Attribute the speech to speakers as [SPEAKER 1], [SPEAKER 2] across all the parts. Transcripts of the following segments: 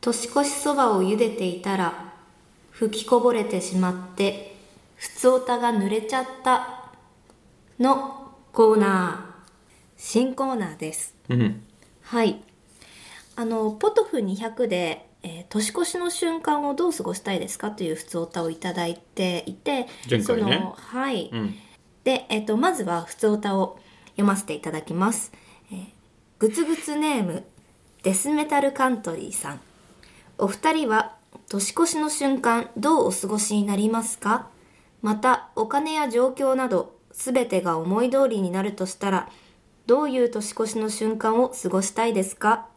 [SPEAKER 1] 年越しそばを茹でていたら吹きこぼれてしまってふつおたが濡れちゃったのコーナー新コーナーです
[SPEAKER 2] うん。
[SPEAKER 1] はいあのポトフ200で、えー年越しの瞬間をどう過ごしたいですかというふつおたをいただいていて
[SPEAKER 2] 前回ね
[SPEAKER 1] そのはい、
[SPEAKER 2] うん。
[SPEAKER 1] で、えっと、まずは普通歌を読ませていただきます。えーぐつぐつネーム、デスメタルカントリーさん。お二人は年越しの瞬間どうお過ごしになりますかまた、お金や状況など、すべてが思い通りになるとしたら、どういう年越しの瞬間を過ごしたいですか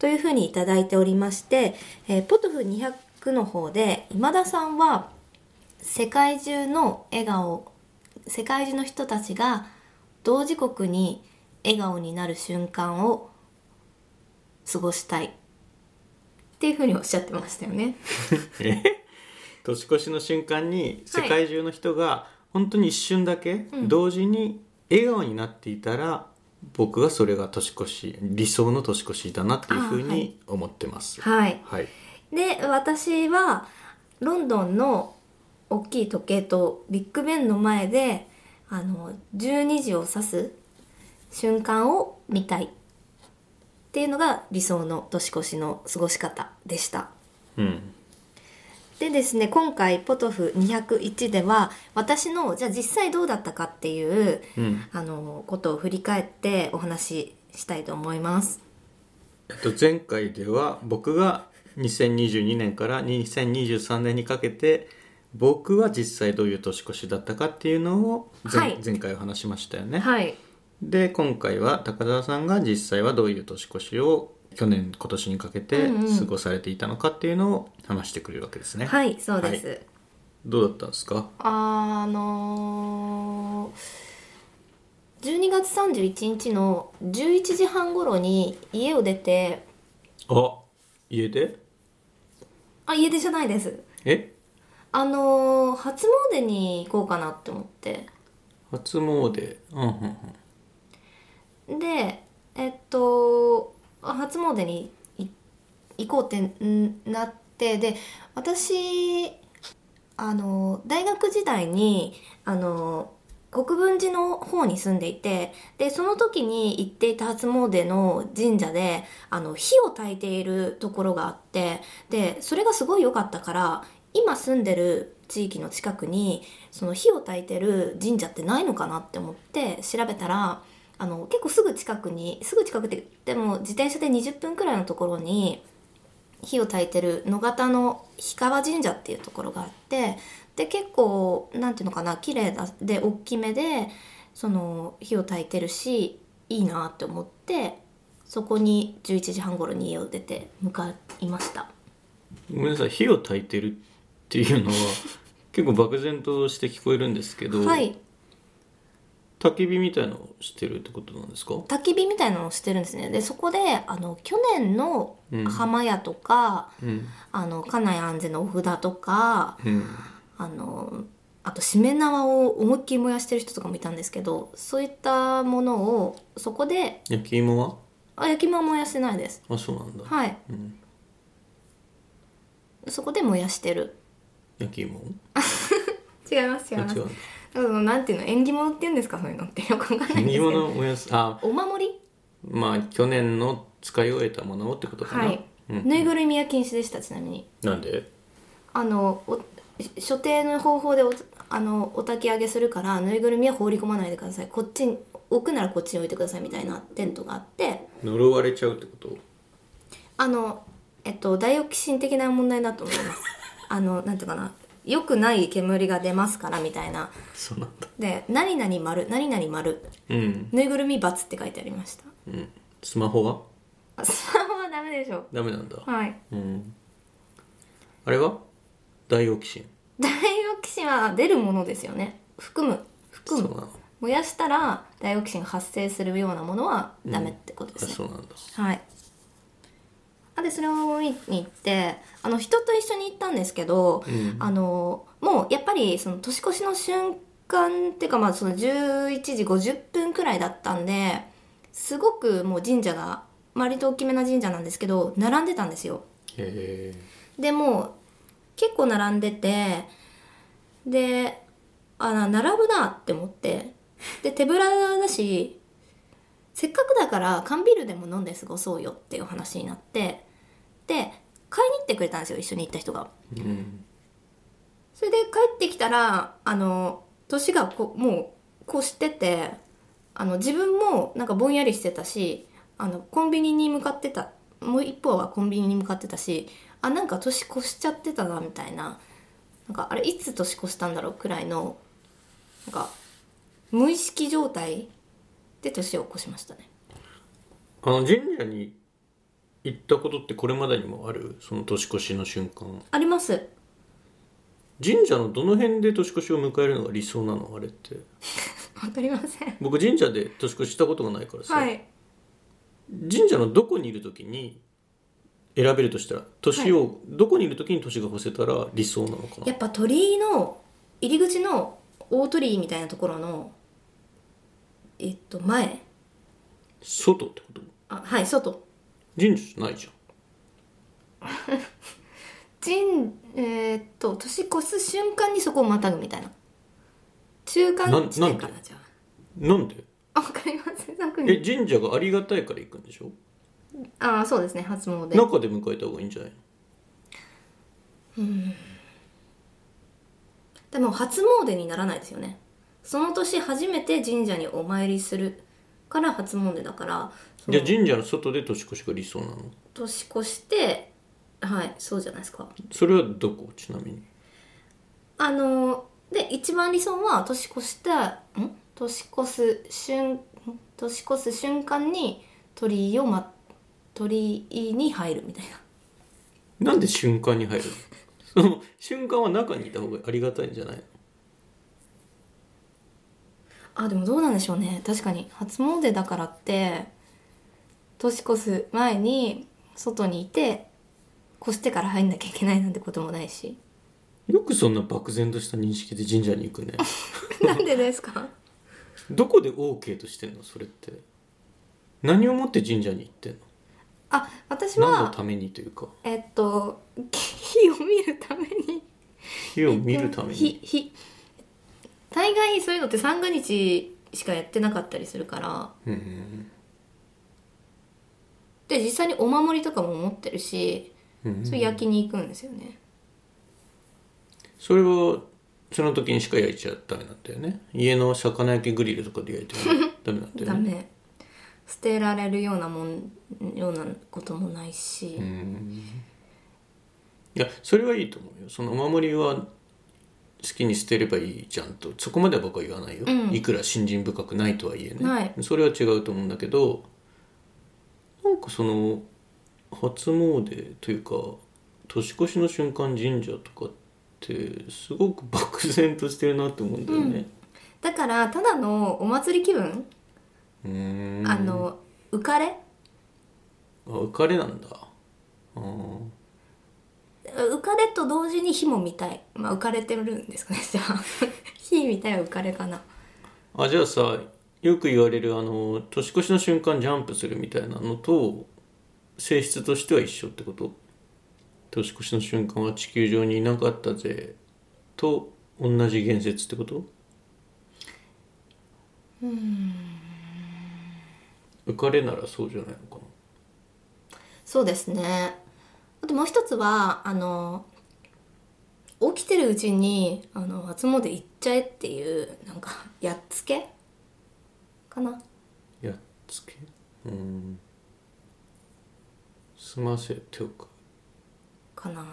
[SPEAKER 1] というふうにいただいておりまして、えーポトフ200の方で、今田さんは、世界中の笑顔世界中の人たちが同時刻に笑顔になる瞬間を過ごしたいっていうふうにおっしゃってましたよね。
[SPEAKER 2] え 年越しの瞬間に
[SPEAKER 1] は
[SPEAKER 2] 世
[SPEAKER 1] い
[SPEAKER 2] 界中の人が本当に一瞬だけ
[SPEAKER 1] うん
[SPEAKER 2] 同時に笑顔になっていたら、僕はそれが年越し理想の年越しだなっていうふう
[SPEAKER 1] あーはい
[SPEAKER 2] に思ってます。
[SPEAKER 1] はい、
[SPEAKER 2] はい。
[SPEAKER 1] で私はロンドンの大きい時計とビッグベンの前であの12時を指す瞬間を見たいっていうのが理想の年越しの過ごし方でした。
[SPEAKER 2] うん。
[SPEAKER 1] でですね今回ポトフ201では私のじゃあ実際どうだったかっていう
[SPEAKER 2] うん。
[SPEAKER 1] あのことを振り返ってお話ししたいと思います。
[SPEAKER 2] えっと前回では僕が2022年から2023年にかけて僕は実際どういう年越しだったかっていうのを前,、
[SPEAKER 1] はい
[SPEAKER 2] 前回お話しましたよね。
[SPEAKER 1] はい、
[SPEAKER 2] で今回は高澤さんが実際はどういう年越しを去年今年にかけて
[SPEAKER 1] うんうん
[SPEAKER 2] 過ごされていたのかっていうのを話してくれるわけですね。
[SPEAKER 1] はい、そうです。
[SPEAKER 2] どうだったんですか
[SPEAKER 1] あのー、12月31日の11時半頃に家を出て
[SPEAKER 2] あ家で
[SPEAKER 1] あ家出じゃないです
[SPEAKER 2] え
[SPEAKER 1] あのー、初詣に行こうかなって思って
[SPEAKER 2] 初詣うんうんうん
[SPEAKER 1] でえっと初詣にい行こうってんなってで私あの大学時代にあの国分寺の方に住んでいてでその時に行っていた初詣の神社であの火を焚いているところがあってでそれがすごい良かったから今住んでる地域の近くにその火を焚いてる神社ってないのかなって思って調べたらあの結構すぐ近くにすぐ近くででも自転車で20分くらいのところに火を焚いてる野方の氷川神社っていうところがあってで結構なんていうのかな綺麗だで大きめでその火を焚いてるしいいなって思ってそこに11時半頃に家を出て向かいました
[SPEAKER 2] ごめんなさい火を焚いてるってい うのは結構漠然として聞こえるんですけど、
[SPEAKER 1] はい
[SPEAKER 2] 焚き火みたいのをしてるってことなんですか
[SPEAKER 1] 焚き火みたいなのをしてるんですねでそこであの去年の
[SPEAKER 2] うん
[SPEAKER 1] 浜屋とか、
[SPEAKER 2] うん
[SPEAKER 1] あの家内安全のお札とか
[SPEAKER 2] うん
[SPEAKER 1] あのあとしめ縄を思いっきり燃やしてる人とかもいたんですけどそういったものをそこで
[SPEAKER 2] 焼き芋は
[SPEAKER 1] あ焼き芋は燃やしてないです
[SPEAKER 2] あそうなんだ、
[SPEAKER 1] はい
[SPEAKER 2] うん、
[SPEAKER 1] そこで燃やしてる
[SPEAKER 2] 焼き芋
[SPEAKER 1] 違います
[SPEAKER 2] あ
[SPEAKER 1] 違います
[SPEAKER 2] 違う
[SPEAKER 1] そのなんていうの縁起物って言うんですかそういうのってよくわかんないんですけ
[SPEAKER 2] 煮
[SPEAKER 1] ど
[SPEAKER 2] 物をやすあ
[SPEAKER 1] お守り
[SPEAKER 2] まあ去年の使い終えたものをってことかな、
[SPEAKER 1] はい、
[SPEAKER 2] うん
[SPEAKER 1] ぬいぐるみは禁止でしたちなみに
[SPEAKER 2] なんで
[SPEAKER 1] あのお所定の方法でおあのお焚き上げするからぬいぐるみは放り込まないでくださいこっちに置くならこっちに置いてくださいみたいなテントがあって
[SPEAKER 2] 呪われちゃうってこと
[SPEAKER 1] あのえっとダイオキシン的な問題だと思いますあのなんていうかな良くない煙が出ますからみたいな
[SPEAKER 2] そうなんだ
[SPEAKER 1] で「何々丸何々丸
[SPEAKER 2] うん、
[SPEAKER 1] ぬいぐるみ×」って書いてありました
[SPEAKER 2] うん、スマホは
[SPEAKER 1] あスマホはダメでしょ
[SPEAKER 2] ダメなんだ、
[SPEAKER 1] はい
[SPEAKER 2] うんあれはダイオキシン
[SPEAKER 1] ダイオキシンは出るものですよね含む
[SPEAKER 2] そう
[SPEAKER 1] 含
[SPEAKER 2] な
[SPEAKER 1] む
[SPEAKER 2] の
[SPEAKER 1] 燃やしたらダイオキシンが発生するようなものはダメってことで
[SPEAKER 2] あ
[SPEAKER 1] すね、
[SPEAKER 2] そうなんだ
[SPEAKER 1] はいあでそれを見に行ってあの人と一緒に行ったんですけど、
[SPEAKER 2] うん
[SPEAKER 1] あのもうやっぱりその年越しの瞬間っていうかまあその11時50分くらいだったんですごくもう神社が割と大きめな神社なんですけど並んでたんですよ
[SPEAKER 2] へ
[SPEAKER 1] でもう結構並んでてであな並ぶなって思ってで手ぶらだしせっかくだから缶ビールでも飲んで過ごそうよっていう話になってで買いに行ってくれたんですよ一緒に行った人が。
[SPEAKER 2] えうん
[SPEAKER 1] それで帰ってきたらあの年がこもうこうしててあの自分もなんかぼんやりしてたしあのコンビニに向かってたもう一方はコンビニに向かってたしあなんか年越しちゃってたなみたいななんかあれいつ年越したんだろうくらいのなんか無意識状態で年を越しましたね。
[SPEAKER 2] あの神社に行ったことってこれまでにもあるその年越しの瞬間
[SPEAKER 1] あります
[SPEAKER 2] 神社のどの辺で年越しを迎えるのが理想なのあれって
[SPEAKER 1] わかりません。
[SPEAKER 2] 僕神社で年越ししたことがないからさ、
[SPEAKER 1] はい。
[SPEAKER 2] 神社のどこにいる時に選べるとしたら年を、どこにいる時に年が越せたら理想なのかな
[SPEAKER 1] やっぱ鳥居の入り口の大鳥居みたいなところのえっと前
[SPEAKER 2] 外ってこと
[SPEAKER 1] あはい外
[SPEAKER 2] 神社じゃないじゃん
[SPEAKER 1] 神えーっと年越す瞬間にそこをまたぐみたいな中間地点かな
[SPEAKER 2] な
[SPEAKER 1] じゃあ
[SPEAKER 2] なんで
[SPEAKER 1] あわかりません特
[SPEAKER 2] え
[SPEAKER 1] に
[SPEAKER 2] 神社がありがたいから行くんでしょ
[SPEAKER 1] ああそうですね初詣
[SPEAKER 2] 中で迎えた方がいいんじゃないの
[SPEAKER 1] でも初詣にならないですよねその年初めて神社にお参りするから初詣だからその
[SPEAKER 2] じゃあ神社の外で年越しが理想なの
[SPEAKER 1] 年越してはいそうじゃないですか
[SPEAKER 2] それはどこちなみに
[SPEAKER 1] あので一番理想は年越したん年越す瞬ん年越す瞬間に鳥居を、ま、鳥居に入るみたいな
[SPEAKER 2] なんで瞬間に 入るのその瞬間は中にいた方がありがたいんじゃないの
[SPEAKER 1] あでもどうなんでしょうね確かに初詣だからって年越す前に外にいて越してから入んなきゃいけないなんてこともないし
[SPEAKER 2] よくそんな漠然とした認識で神社に行 くね
[SPEAKER 1] なんでですか
[SPEAKER 2] どこで OK としてんのそれって何をもって神社に行ってんの
[SPEAKER 1] あ私
[SPEAKER 2] 何の
[SPEAKER 1] は
[SPEAKER 2] ためにというか
[SPEAKER 1] えっと 木を見るために
[SPEAKER 2] 火を見るため
[SPEAKER 1] ひ
[SPEAKER 2] に
[SPEAKER 1] ひ大概そういうのって三が日しかやってなかったりするから
[SPEAKER 2] うん
[SPEAKER 1] で実際にお守りとかも持ってるし
[SPEAKER 2] うん
[SPEAKER 1] それ焼きに行くんですよね、
[SPEAKER 2] それはその時にしか焼いちゃダメなんだよね家の魚焼きグリルとかで焼いても ダメなんだよ
[SPEAKER 1] ダ
[SPEAKER 2] ね
[SPEAKER 1] メ捨てられるようなもんようなこともないし、
[SPEAKER 2] うんいやそれはいいと思うよそのお守りは好きに捨てればいいじゃんとそこまでは僕は言わないよ、
[SPEAKER 1] うん
[SPEAKER 2] いくら信心深くないとはいえね、
[SPEAKER 1] はい
[SPEAKER 2] それは違うと思うんだけどなんかその初詣というか年越しの瞬間神社とかってすごく漠然としてるなって思うんだよね。
[SPEAKER 1] だからただのお祭り気分、
[SPEAKER 2] うーん
[SPEAKER 1] あの浮かれ
[SPEAKER 2] あ浮かれなんだあー
[SPEAKER 1] 浮かれと同時に火も見たいまあ浮かれてるんですかねじゃあ 火みたいは浮かれかな
[SPEAKER 2] あじゃあさよく言われるあの年越しの瞬間ジャンプするみたいなのと性質としては一緒ってこと年越しの瞬間は地球上にいなかったぜと同じ言説ってこと浮かれならそうじゃないのか
[SPEAKER 1] そうですねあともう一つはあの起きてるうちにあの初詣行っちゃえっていうなんかやっつけかな
[SPEAKER 2] なやっつけうん済ませておく
[SPEAKER 1] かな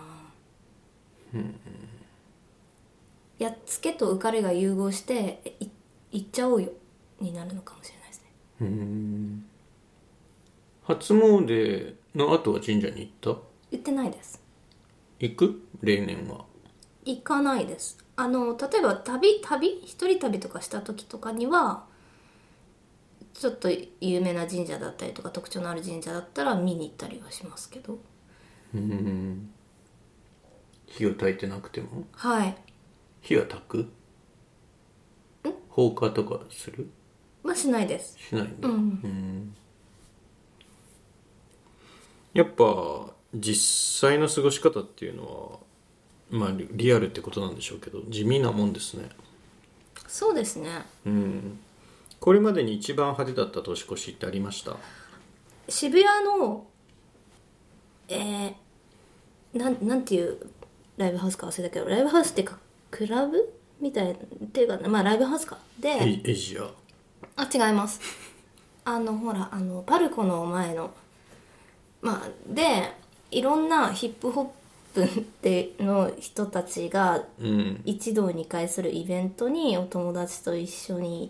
[SPEAKER 1] やっつけと浮かれが融合してえい行っちゃおうよになるのかもしれないですね
[SPEAKER 2] うーん初詣の後は神社に行った
[SPEAKER 1] 言ってないです
[SPEAKER 2] 行く例年は
[SPEAKER 1] 行かないですあの例えば旅旅一人旅とかした時とかにはちょっと有名な神社だったりとか特徴のある神社だったら見に行ったりはしますけど
[SPEAKER 2] うーん火を焚いてなくても
[SPEAKER 1] はい
[SPEAKER 2] 火は焚く放火とかする
[SPEAKER 1] まあしないです
[SPEAKER 2] しないんだ
[SPEAKER 1] うん
[SPEAKER 2] やっぱ実際の過ごし方っていうのはまあリリアルってことなんでしょうけど地味なもんですね
[SPEAKER 1] そうですね
[SPEAKER 2] うんこれまでに一番派手だった年越しってありました
[SPEAKER 1] 渋谷のえー、なんなんていうライブハウスか忘れたけどライブハウスっていうかクラブみたいなっていうかまあライブハウスかで、
[SPEAKER 2] エイエイジア
[SPEAKER 1] あ違います あのほらあのパルコの前のまあでいろんなヒップホップっての人たちが
[SPEAKER 2] うん
[SPEAKER 1] 一堂に会するイベントにお友達と一緒に行っ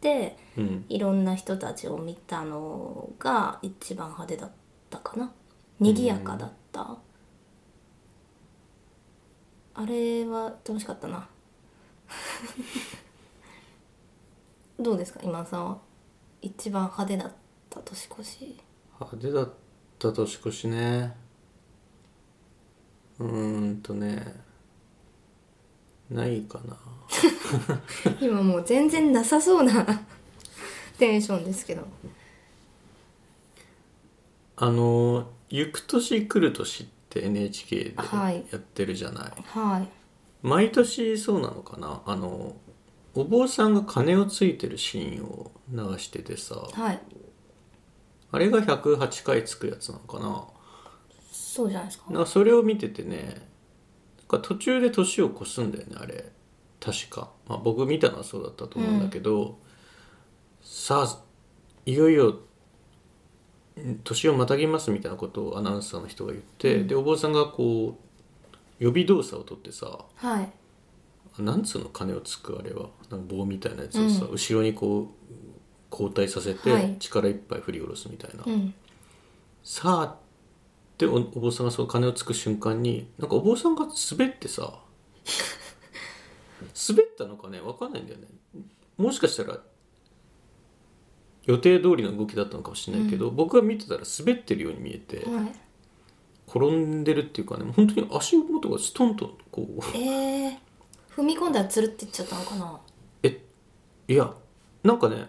[SPEAKER 1] て
[SPEAKER 2] うん
[SPEAKER 1] いろんな人たちを見たのが一番派手だったかな賑やかだった、あれは楽しかったな どうですか今田さんは一番派手だった年越し
[SPEAKER 2] 派手だった年越しねうーんとねないかな
[SPEAKER 1] 今もう全然なさそうな テンションですけど
[SPEAKER 2] あの「行く年来る年」って NHK で
[SPEAKER 1] はい
[SPEAKER 2] やってるじゃない、
[SPEAKER 1] はい
[SPEAKER 2] 毎年そうなのかなあのお坊さんが鐘をついてるシーンを流しててさ
[SPEAKER 1] はい
[SPEAKER 2] あれが108回つくやつなのかな
[SPEAKER 1] そうじゃないですか
[SPEAKER 2] なんかそれを見ててねなんか途中で年を越すんだよねあれ確か、まあ、僕見たのはそうだったと思うんだけど、さあいよいよん年をまたぎますみたいなことをアナウンサーの人が言って、でお坊さんがこう予備動作をとってさ
[SPEAKER 1] はい
[SPEAKER 2] なんつうの鐘をつくあれはなんか棒みたいなやつをさ、後ろにこう交代させ
[SPEAKER 1] は
[SPEAKER 2] て
[SPEAKER 1] い
[SPEAKER 2] 力いっぱい振り下ろすみたいな、
[SPEAKER 1] うん
[SPEAKER 2] さあっておお坊さんがその鐘をつく瞬間になんかお坊さんが滑ってさ滑ったのかね分かんないんだよねもしかしたら予定通りの動きだったのかもしれないけど、僕が見てたら滑ってるように見えて
[SPEAKER 1] はい
[SPEAKER 2] 転んでるっていうかね本当に足元がストンとこう
[SPEAKER 1] えー、踏み込んだらつるっていっちゃったのかな
[SPEAKER 2] えいやなんかね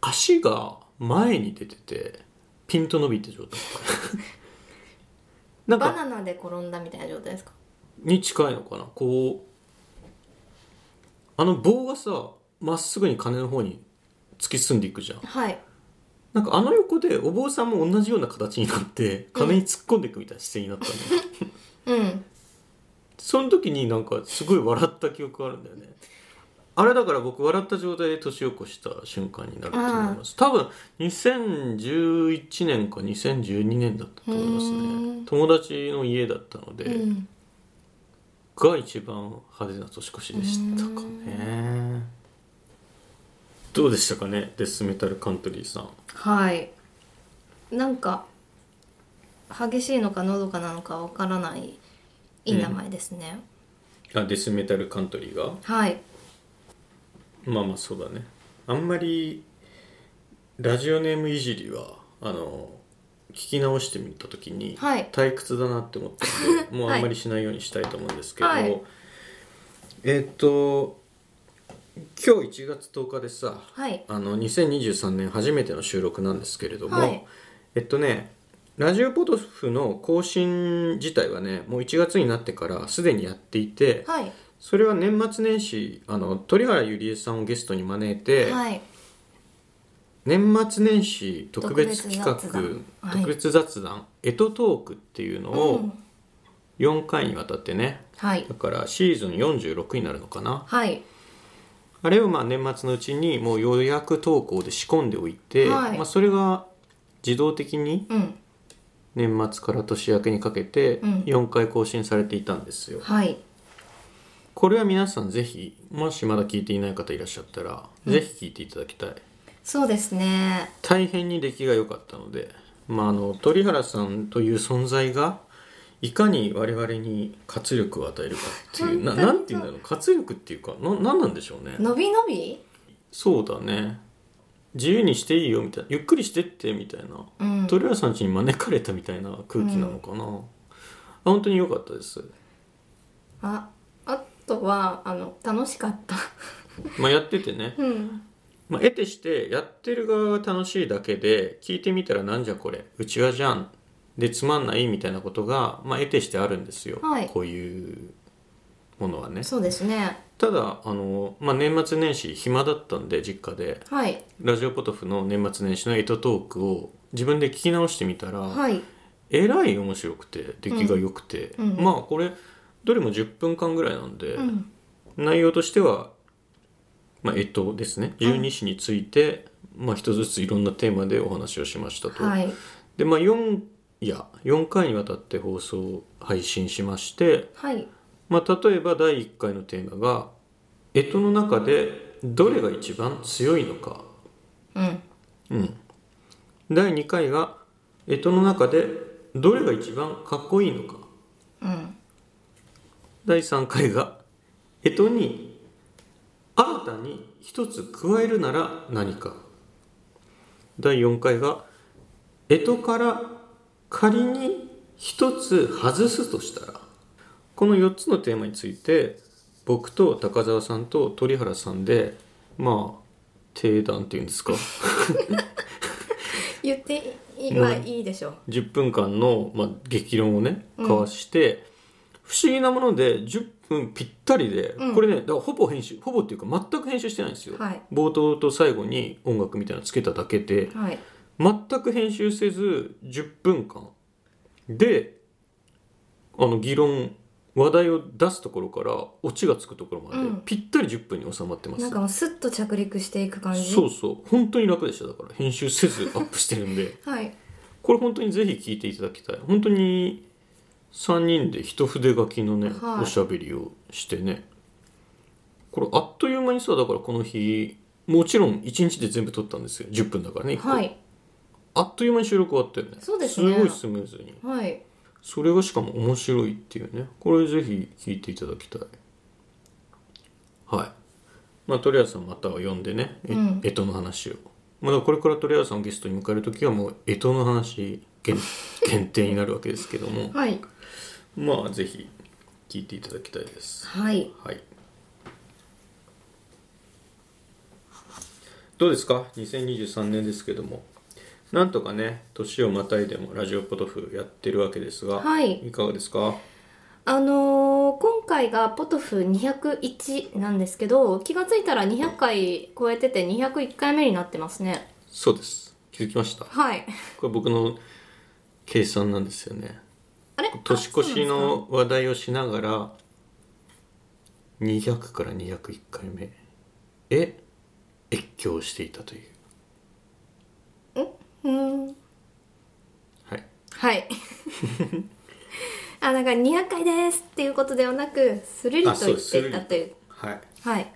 [SPEAKER 2] 足が前に出ててピンと伸びた状態なん
[SPEAKER 1] バ
[SPEAKER 2] か
[SPEAKER 1] ナナで転んだみたいな状態ですか
[SPEAKER 2] に近いのかなこうあの棒がさまっすぐに鐘の方に突き進んでいくじゃん
[SPEAKER 1] はい
[SPEAKER 2] なんかあの横でお坊さんも同じような形になって鐘に突っ込んでいくみたいな姿勢になったの、
[SPEAKER 1] うん
[SPEAKER 2] その時になんかすごい笑った記憶があるんだよねあれだから僕笑った状態で年を越した瞬間になると思います多分2011年か2012年だったと思います
[SPEAKER 1] う
[SPEAKER 2] ね
[SPEAKER 1] ん
[SPEAKER 2] 友達の家だったので、
[SPEAKER 1] うん
[SPEAKER 2] が一番派手な年越しでしたかねどうでしたかねデスメタルカントリーさん
[SPEAKER 1] はいなんか激しいのかのどかなのかわからないいい名前ですね、
[SPEAKER 2] あデスメタルカントリーが
[SPEAKER 1] はい
[SPEAKER 2] まあまあそうだねあんまりラジオネームいじりはあの聞き直してみた時に
[SPEAKER 1] はい
[SPEAKER 2] 退屈だなって思ったの で、もうあんまりしないようにしたいと思うんですけど、
[SPEAKER 1] はい
[SPEAKER 2] えーっと今日1月10日でさ、
[SPEAKER 1] はい
[SPEAKER 2] あの2023年初めての収録なんですけれども、
[SPEAKER 1] はい
[SPEAKER 2] えっとねラジオポトフの更新自体はねもう1月になってからすでにやっていて、
[SPEAKER 1] はい
[SPEAKER 2] それは年末年始あの鳥原ゆりえさんをゲストに招いて、
[SPEAKER 1] はい
[SPEAKER 2] 年末年始特別企画
[SPEAKER 1] 特別雑談はい
[SPEAKER 2] 特別雑談「えとトーク」っていうの
[SPEAKER 1] う
[SPEAKER 2] を
[SPEAKER 1] ん
[SPEAKER 2] 4回にわたってね
[SPEAKER 1] はい
[SPEAKER 2] だからシーズン46になるのかな
[SPEAKER 1] はい
[SPEAKER 2] あれをまあ年末のうちにもう予約投稿で仕込んでおいて、
[SPEAKER 1] はい
[SPEAKER 2] まあ、それが自動的に
[SPEAKER 1] うん
[SPEAKER 2] 年末から年明けにかけて
[SPEAKER 1] うん
[SPEAKER 2] 4回更新されていたんですよ、
[SPEAKER 1] はい
[SPEAKER 2] これは皆さんぜひもしまだ聞いていない方いらっしゃったら、ぜひ聞いていただきたい
[SPEAKER 1] そうですね
[SPEAKER 2] 大変に出来が良かったので、まあ、あの鳥原さんという存在がいかに我々に活力を与えるかっていうな
[SPEAKER 1] 本当に
[SPEAKER 2] なんて言うんだろう活力っていうかななんなんでしょうね
[SPEAKER 1] 伸び伸び
[SPEAKER 2] そうだね自由にしていいよみたいなゆっくりしてってみたいな、
[SPEAKER 1] うん
[SPEAKER 2] 鳥原さん家に招かれたみたいな空気なのかな、本当に良かったです
[SPEAKER 1] ああとはあの楽しかった
[SPEAKER 2] まあやっててね、
[SPEAKER 1] うん
[SPEAKER 2] まあ、得てしてやってる側が楽しいだけで聞いてみたらなんじゃこれうちわじゃんっでつまんないみたいなことが、まあ、得てしてあるんですよ、
[SPEAKER 1] はい
[SPEAKER 2] こういうものはね
[SPEAKER 1] そうですね
[SPEAKER 2] ただあの、まあ、年末年始暇だったんで実家で
[SPEAKER 1] はい
[SPEAKER 2] ラジオポトフの年末年始の「エトトーク」を自分で聞き直してみたら、
[SPEAKER 1] はい
[SPEAKER 2] えらい面白くて出来が良くて、
[SPEAKER 1] うんうん
[SPEAKER 2] まあこれどれも10分間ぐらいなんで、
[SPEAKER 1] うん
[SPEAKER 2] 内容としては、まあ、えっとですね十二支について、まあ、一つずついろんなテーマでお話をしましたと。
[SPEAKER 1] はい
[SPEAKER 2] でまあ4いや4回にわたって放送配信しまして、
[SPEAKER 1] はい
[SPEAKER 2] まあ、例えば第1回のテーマが「干支の中でどれが一番強いのか
[SPEAKER 1] うん」
[SPEAKER 2] うん、第2回が「干支の中でどれが一番かっこいいのか
[SPEAKER 1] うん」
[SPEAKER 2] 第3回が「干支に新たに一つ加えるなら何か」第4回が「干支から仮に一つ外すとしたら」この4つのテーマについて僕と高澤さんと鳥原さんでまあ定談っていうんですか
[SPEAKER 1] 言っていい
[SPEAKER 2] うん
[SPEAKER 1] まあいいでしょう
[SPEAKER 2] 10分間の、まあ、激論をね交わして、不思議なもので10分ぴったりで、
[SPEAKER 1] うん
[SPEAKER 2] これねだからほぼ編集ほぼっていうか全く編集してないんですよ、
[SPEAKER 1] はい
[SPEAKER 2] 冒頭と最後に音楽みたいなのつけただけで
[SPEAKER 1] はい
[SPEAKER 2] 全く編集せず10分間であの議論話題を出すところからオチがつくところまで、
[SPEAKER 1] うん
[SPEAKER 2] ぴったり10分に収まってます
[SPEAKER 1] なんかもうスッと着陸していく感じ
[SPEAKER 2] そうそう本当に楽でしただから編集せずアップしてるんで
[SPEAKER 1] はい
[SPEAKER 2] これ本当にぜひ聞いていただきたい本当に3人で一筆書きのね、
[SPEAKER 1] はい
[SPEAKER 2] おしゃべりをしてねこれあっという間にさだからこの日もちろん1日で全部撮ったんですよ10分だからね、一個
[SPEAKER 1] はい
[SPEAKER 2] あっという間に収録終わったよね
[SPEAKER 1] そうですね
[SPEAKER 2] ごいスムーズに
[SPEAKER 1] はい
[SPEAKER 2] それがしかも面白いっていうねこれぜひ聞いていただきたいはいまあ鳥谷さんまたは呼んでねえ
[SPEAKER 1] うん
[SPEAKER 2] 干支、の話をまあだからこれから鳥谷さんをゲストに迎える時はもう干支の話限 限定になるわけですけども
[SPEAKER 1] はい
[SPEAKER 2] まあぜひ聞いていただきたいです
[SPEAKER 1] はい
[SPEAKER 2] はいどうですか2023年ですけどもなんとかね年をまたいでもラジオポトフやってるわけですが、
[SPEAKER 1] はい
[SPEAKER 2] いかがですか
[SPEAKER 1] あのー今回がポトフ201なんですけど気がついたら200回超えてて201回目になってますね
[SPEAKER 2] そうです気づきました
[SPEAKER 1] はい
[SPEAKER 2] これ僕の計算なんですよね
[SPEAKER 1] あれ
[SPEAKER 2] 年
[SPEAKER 1] あそ
[SPEAKER 2] 越し
[SPEAKER 1] うなんで
[SPEAKER 2] の話題をしながら200から201回目へ越境していたという
[SPEAKER 1] すかうん
[SPEAKER 2] はい
[SPEAKER 1] はい あなんか200回ですっていうことではなくスルリと
[SPEAKER 2] あそ
[SPEAKER 1] 言
[SPEAKER 2] うで
[SPEAKER 1] っ
[SPEAKER 2] す
[SPEAKER 1] ていたという
[SPEAKER 2] はい
[SPEAKER 1] はい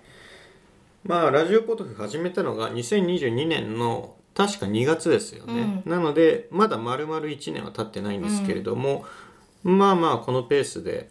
[SPEAKER 2] まあラジオポトフ始めたのが2022年の確か2月ですよね、なのでまだ丸々1年は経ってないんですけれども、まあまあこのペースで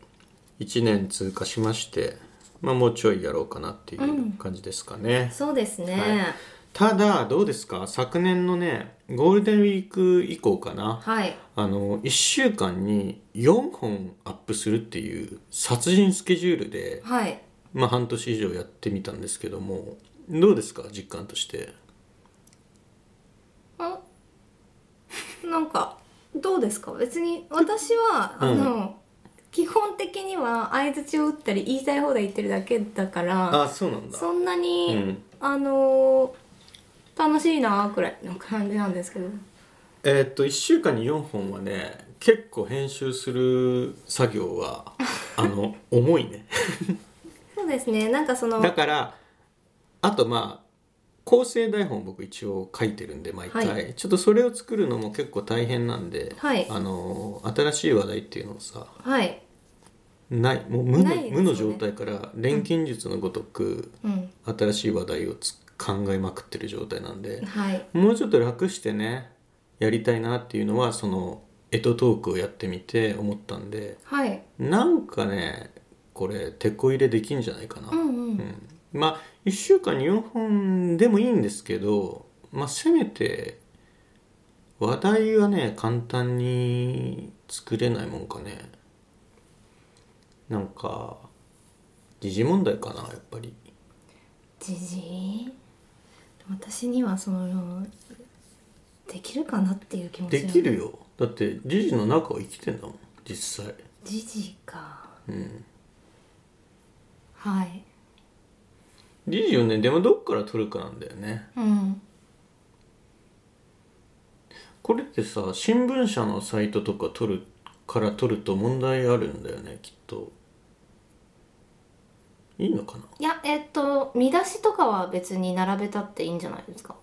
[SPEAKER 2] 1年通過しまして、まあ、もうちょいやろうかなっていう感じですかね、
[SPEAKER 1] そうですね
[SPEAKER 2] ただどうですか昨年のねゴールデンウィーク以降かな
[SPEAKER 1] はい、
[SPEAKER 2] あの1週間に4本アップするっていう殺人スケジュールで、
[SPEAKER 1] はい
[SPEAKER 2] まあ、半年以上やってみたんですけどもどうですか実感として
[SPEAKER 1] あなんかどうですか別に私は、
[SPEAKER 2] うん
[SPEAKER 1] あの基本的には相づちを打ったり言いたい放題言ってるだけだから
[SPEAKER 2] あそうなんだ
[SPEAKER 1] そんな
[SPEAKER 2] う
[SPEAKER 1] に、
[SPEAKER 2] ん
[SPEAKER 1] あのー楽しいなーくらいの感じなんですけど
[SPEAKER 2] えーっと1週間に4本はね結構編集する作業 はあの重いね
[SPEAKER 1] そうですねなんかその
[SPEAKER 2] だからあとまあ構成台本僕一応書いてるんで毎回、
[SPEAKER 1] は
[SPEAKER 2] ちょっとそれを作るのも結構大変なんで、
[SPEAKER 1] はい
[SPEAKER 2] あの新しい話題っていうのをさ
[SPEAKER 1] はい
[SPEAKER 2] ないもう無の,、
[SPEAKER 1] ないですよね
[SPEAKER 2] 無の状態から錬金術のごとく
[SPEAKER 1] うん
[SPEAKER 2] 新しい話題をつ考えまくってる状態なんで、
[SPEAKER 1] はい
[SPEAKER 2] もうちょっと楽してねやりたいなっていうのはそのエトトークをやってみて思ったんで
[SPEAKER 1] はい
[SPEAKER 2] なんかねこれ手こ入れできんじゃないかな、
[SPEAKER 1] うんう
[SPEAKER 2] うんんまあ1週間に4本でもいいんですけど、まあ、せめて話題はね簡単に作れないもんかねなんか時事問題かなやっぱり
[SPEAKER 1] じじい私にはそのできるかなっていう気持ち
[SPEAKER 2] で
[SPEAKER 1] が
[SPEAKER 2] きるよだってジジの中は生きてんだもん実際
[SPEAKER 1] ジジかはい
[SPEAKER 2] ジジをねでもどっから取るかなんだよね
[SPEAKER 1] うん
[SPEAKER 2] これってさ新聞社のサイトとか取るから取ると問題あるんだよねきっといいのかない
[SPEAKER 1] やえっと見出しとかは別に並べたっていいんじゃないですか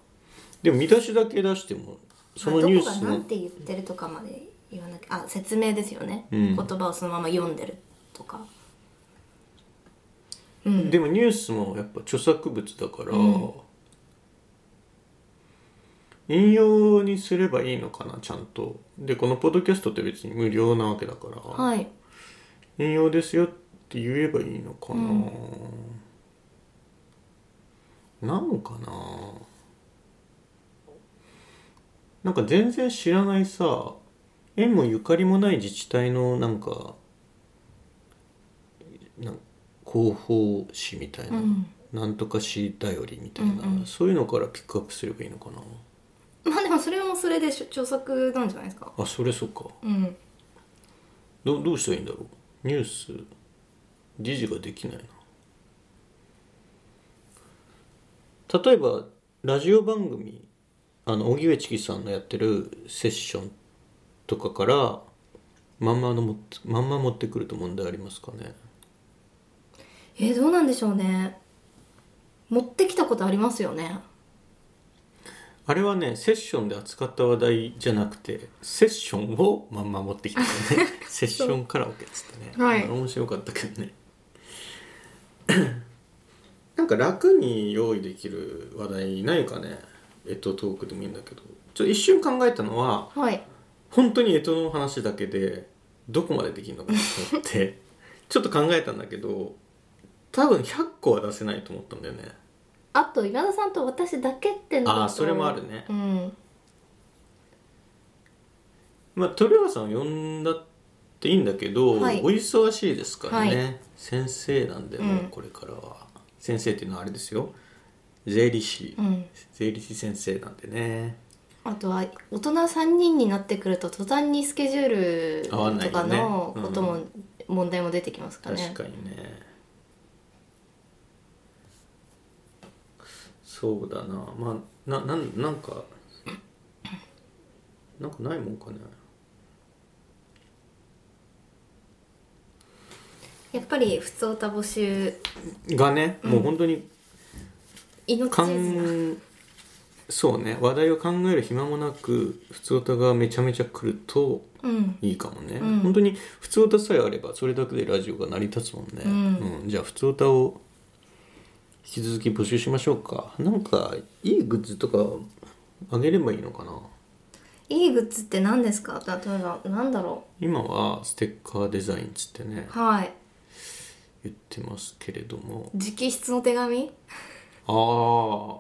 [SPEAKER 2] でも見出しだけ出してもその
[SPEAKER 1] まあ
[SPEAKER 2] ニュース
[SPEAKER 1] どこが
[SPEAKER 2] の
[SPEAKER 1] 何て言ってるとかまで言わなきゃあ説明ですよね、
[SPEAKER 2] う
[SPEAKER 1] 言
[SPEAKER 2] ん
[SPEAKER 1] 葉をそのまま読んでるとか
[SPEAKER 2] でもニュースもやっぱ著作物だから、
[SPEAKER 1] うん
[SPEAKER 2] 引用にすればいいのかなちゃんとでこのポッドキャストって別に無料なわけだから、
[SPEAKER 1] はい
[SPEAKER 2] 引用ですよって言えばいいのかな、なのかななんか全然知らないさ縁もゆかりもない自治体のなんかなん広報誌みたいな、
[SPEAKER 1] うん
[SPEAKER 2] なんとか誌だよりみたいな、
[SPEAKER 1] うんうん
[SPEAKER 2] そういうのからピックアップすればいいのかな
[SPEAKER 1] まあでもそれもそれでしょ著作なんじゃないですか
[SPEAKER 2] あそれそっか
[SPEAKER 1] うん
[SPEAKER 2] どどうしたらいいんだろうニュース時事ができないな例えばラジオ番組あの荻上チキさんのやってるセッションとかからまんまの持ってまんま持ってくると問題ありますかね
[SPEAKER 1] えーどうなんでしょうね持ってきたことありますよね
[SPEAKER 2] あれはねセッションで扱った話題じゃなくてセッションをまんま持ってきたよ ねセッションカラオケっつってね、
[SPEAKER 1] はい
[SPEAKER 2] あれ面白かったけ どねなんか楽に用意できる話題ないかねえとトークでもいいんだけどちょっと一瞬考えたのは
[SPEAKER 1] はい
[SPEAKER 2] 本当に干支の話だけでどこまでできるのかなと思って ちょっと考えたんだけど多分100個は出せないと思ったんだよね
[SPEAKER 1] あと今田さんと私だけってのだと
[SPEAKER 2] あーそれもあるね
[SPEAKER 1] うん
[SPEAKER 2] まあ、鳥羽さんを呼んだっていいんだけど、
[SPEAKER 1] はい
[SPEAKER 2] お忙しいですからね、
[SPEAKER 1] は
[SPEAKER 2] 先生なんでもううんこれからは、先生っていうのはあれですよ税理士、
[SPEAKER 1] うん
[SPEAKER 2] 税理士先生なんでね
[SPEAKER 1] あとは大人3人になってくると途端にスケジュール
[SPEAKER 2] 合わない
[SPEAKER 1] とか
[SPEAKER 2] よね
[SPEAKER 1] の
[SPEAKER 2] うん
[SPEAKER 1] ことも問題も出てきますからね
[SPEAKER 2] 確かにねそうだなまあななんなんかなんかないもんかね
[SPEAKER 1] やっぱり普通歌募集
[SPEAKER 2] がね、もう本当に
[SPEAKER 1] 命
[SPEAKER 2] か
[SPEAKER 1] 綱
[SPEAKER 2] んそうね話題を考える暇もなく普通歌がめちゃめちゃ来ると
[SPEAKER 1] うん
[SPEAKER 2] いいかもね、
[SPEAKER 1] うん
[SPEAKER 2] 本当に普通歌さえあればそれだけでラジオが成り立つもんね、
[SPEAKER 1] うん
[SPEAKER 2] うんじゃあ普通歌を引き続き募集しましょうかなんかいいグッズとかあげればいいのかない
[SPEAKER 1] いグッズって何ですか例えば何だろ
[SPEAKER 2] 今はステッカーデザインつってね
[SPEAKER 1] うはい
[SPEAKER 2] 言ってますけれども
[SPEAKER 1] 直筆の手紙
[SPEAKER 2] ああ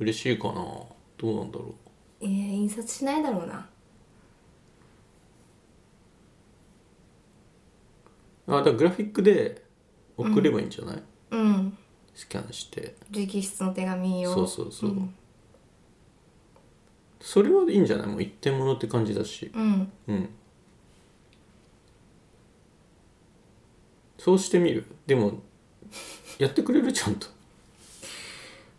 [SPEAKER 2] 嬉しいかなどうなんだろう
[SPEAKER 1] えー、印刷しないだろうな
[SPEAKER 2] あだからグラフィックで送ればいいんじゃない、
[SPEAKER 1] うん
[SPEAKER 2] スキャンして
[SPEAKER 1] 直筆の手紙を
[SPEAKER 2] そうそうそう、
[SPEAKER 1] ん
[SPEAKER 2] それはいいんじゃないもう一点物って感じだし
[SPEAKER 1] うん
[SPEAKER 2] うんそうしてみるでもやってくれるちゃんと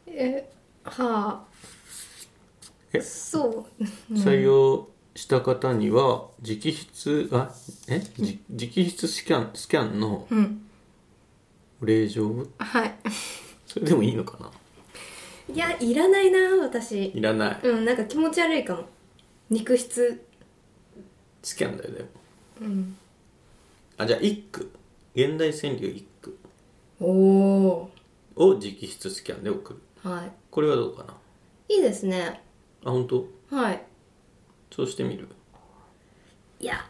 [SPEAKER 1] えはあ
[SPEAKER 2] え
[SPEAKER 1] そう
[SPEAKER 2] 採用した方には直筆あえじ直筆スキャンスキャンの
[SPEAKER 1] うん
[SPEAKER 2] お礼状を
[SPEAKER 1] はい
[SPEAKER 2] それでもいいのかない
[SPEAKER 1] やいらないな私
[SPEAKER 2] いらない
[SPEAKER 1] うんなんか気持ち悪いかも肉質
[SPEAKER 2] スキャンだよでも
[SPEAKER 1] うん
[SPEAKER 2] あじゃあ一句現代川柳一句
[SPEAKER 1] おお
[SPEAKER 2] を直筆スキャンで送る
[SPEAKER 1] は
[SPEAKER 2] これはどうかない
[SPEAKER 1] いいですね
[SPEAKER 2] あ本当
[SPEAKER 1] はい
[SPEAKER 2] そうしてみる
[SPEAKER 1] いや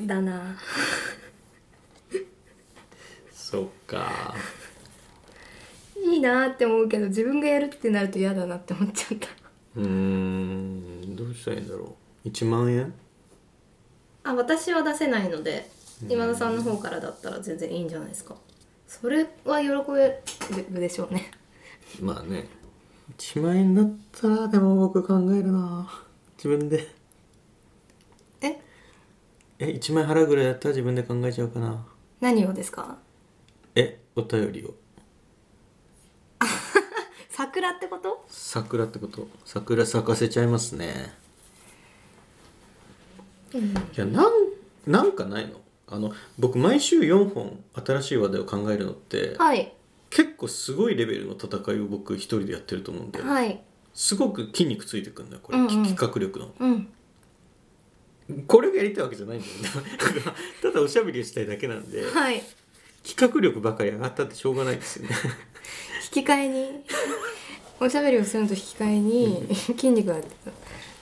[SPEAKER 1] だな
[SPEAKER 2] そっか
[SPEAKER 1] いいなって思うけど自分がやるってなると嫌だなって思っちゃっ
[SPEAKER 2] うーんどうしたらいいんだろう1万円
[SPEAKER 1] たあ私は出せないので今田さんの方からだったら全然いいんじゃないですかそれは喜べるでしょうね
[SPEAKER 2] まあね1万円だったらでも僕考えるな自分でえ1万円払うぐらいだったら自分で考えちゃうかな
[SPEAKER 1] 何をですか
[SPEAKER 2] えお便りを
[SPEAKER 1] 桜ってこと
[SPEAKER 2] 桜ってこと桜咲かせちゃいますね
[SPEAKER 1] うん
[SPEAKER 2] いやなんなんかないのあの僕毎週4本新しい話題を考えるのって
[SPEAKER 1] はい
[SPEAKER 2] 結構すごいレベルの戦いを僕一人でやってると思うんで
[SPEAKER 1] はい
[SPEAKER 2] すごく筋肉ついてくるんだよこれ、
[SPEAKER 1] うんうん
[SPEAKER 2] き企画力の
[SPEAKER 1] うん
[SPEAKER 2] これがやりたいわけじゃないんだよね ただおしゃべりをしたいだけなんで
[SPEAKER 1] はい
[SPEAKER 2] 企画力ばかり上がったってしょうがないですよね
[SPEAKER 1] 引き換え におしゃべりをするのと引き換えに筋肉が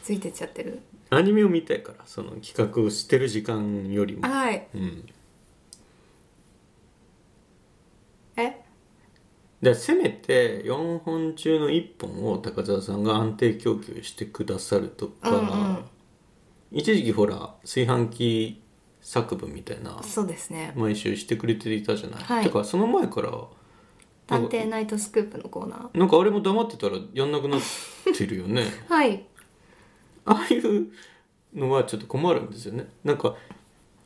[SPEAKER 1] ついてっちゃってる
[SPEAKER 2] アニメを見たいからその企画をしてる時間よりも
[SPEAKER 1] はい
[SPEAKER 2] うん
[SPEAKER 1] え
[SPEAKER 2] でせめて4本中の1本を高澤さんが安定供給してくださるとか、
[SPEAKER 1] うんうん
[SPEAKER 2] 一時期ほら炊飯器作文みたいな
[SPEAKER 1] そうですね
[SPEAKER 2] 毎週してくれていたじゃない、
[SPEAKER 1] はい
[SPEAKER 2] だからその前から
[SPEAKER 1] 探偵ナイトスクープのコーナ
[SPEAKER 2] なんかあれも黙ってたらやんなくなってるよね
[SPEAKER 1] ーはい
[SPEAKER 2] ああいうのはちょっと困るんですよねなんか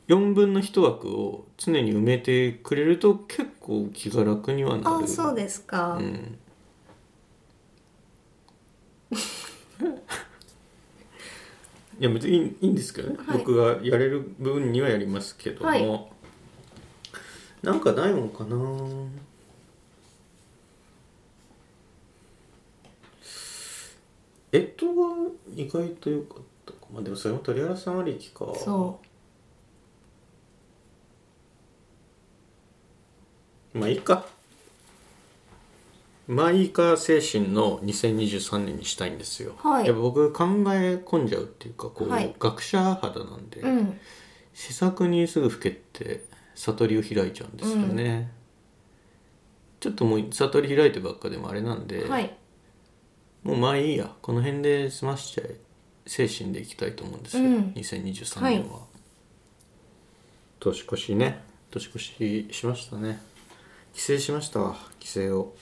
[SPEAKER 2] 4分の1枠を常に埋めてくれると結構気が楽にはな
[SPEAKER 1] あ
[SPEAKER 2] る
[SPEAKER 1] そうですか、
[SPEAKER 2] うん、いや別にいいいいんですけどね、
[SPEAKER 1] はい
[SPEAKER 2] 僕がやれる分にはやりますけども、
[SPEAKER 1] はい
[SPEAKER 2] なんかないもんかなえっとは意外と良かったかまあでもそれも鳥原さんありきか
[SPEAKER 1] そう
[SPEAKER 2] まあいいかまあいいか精神の2023年にしたいんですよ、
[SPEAKER 1] はい
[SPEAKER 2] やっぱ僕考え込んじゃうっていうかこう、
[SPEAKER 1] はい
[SPEAKER 2] 学者肌なんで、
[SPEAKER 1] うん
[SPEAKER 2] 試作にすぐふけって悟りを開いちゃうんですよね、ちょっともう悟り開いてばっかでもあれなんで、
[SPEAKER 1] はい
[SPEAKER 2] もうまあいいやこの辺で済ましちゃえ精神でいきたいと思うんですよ、
[SPEAKER 1] うん
[SPEAKER 2] 2023年は、年越しね年越ししましたね帰省しましたわ帰省を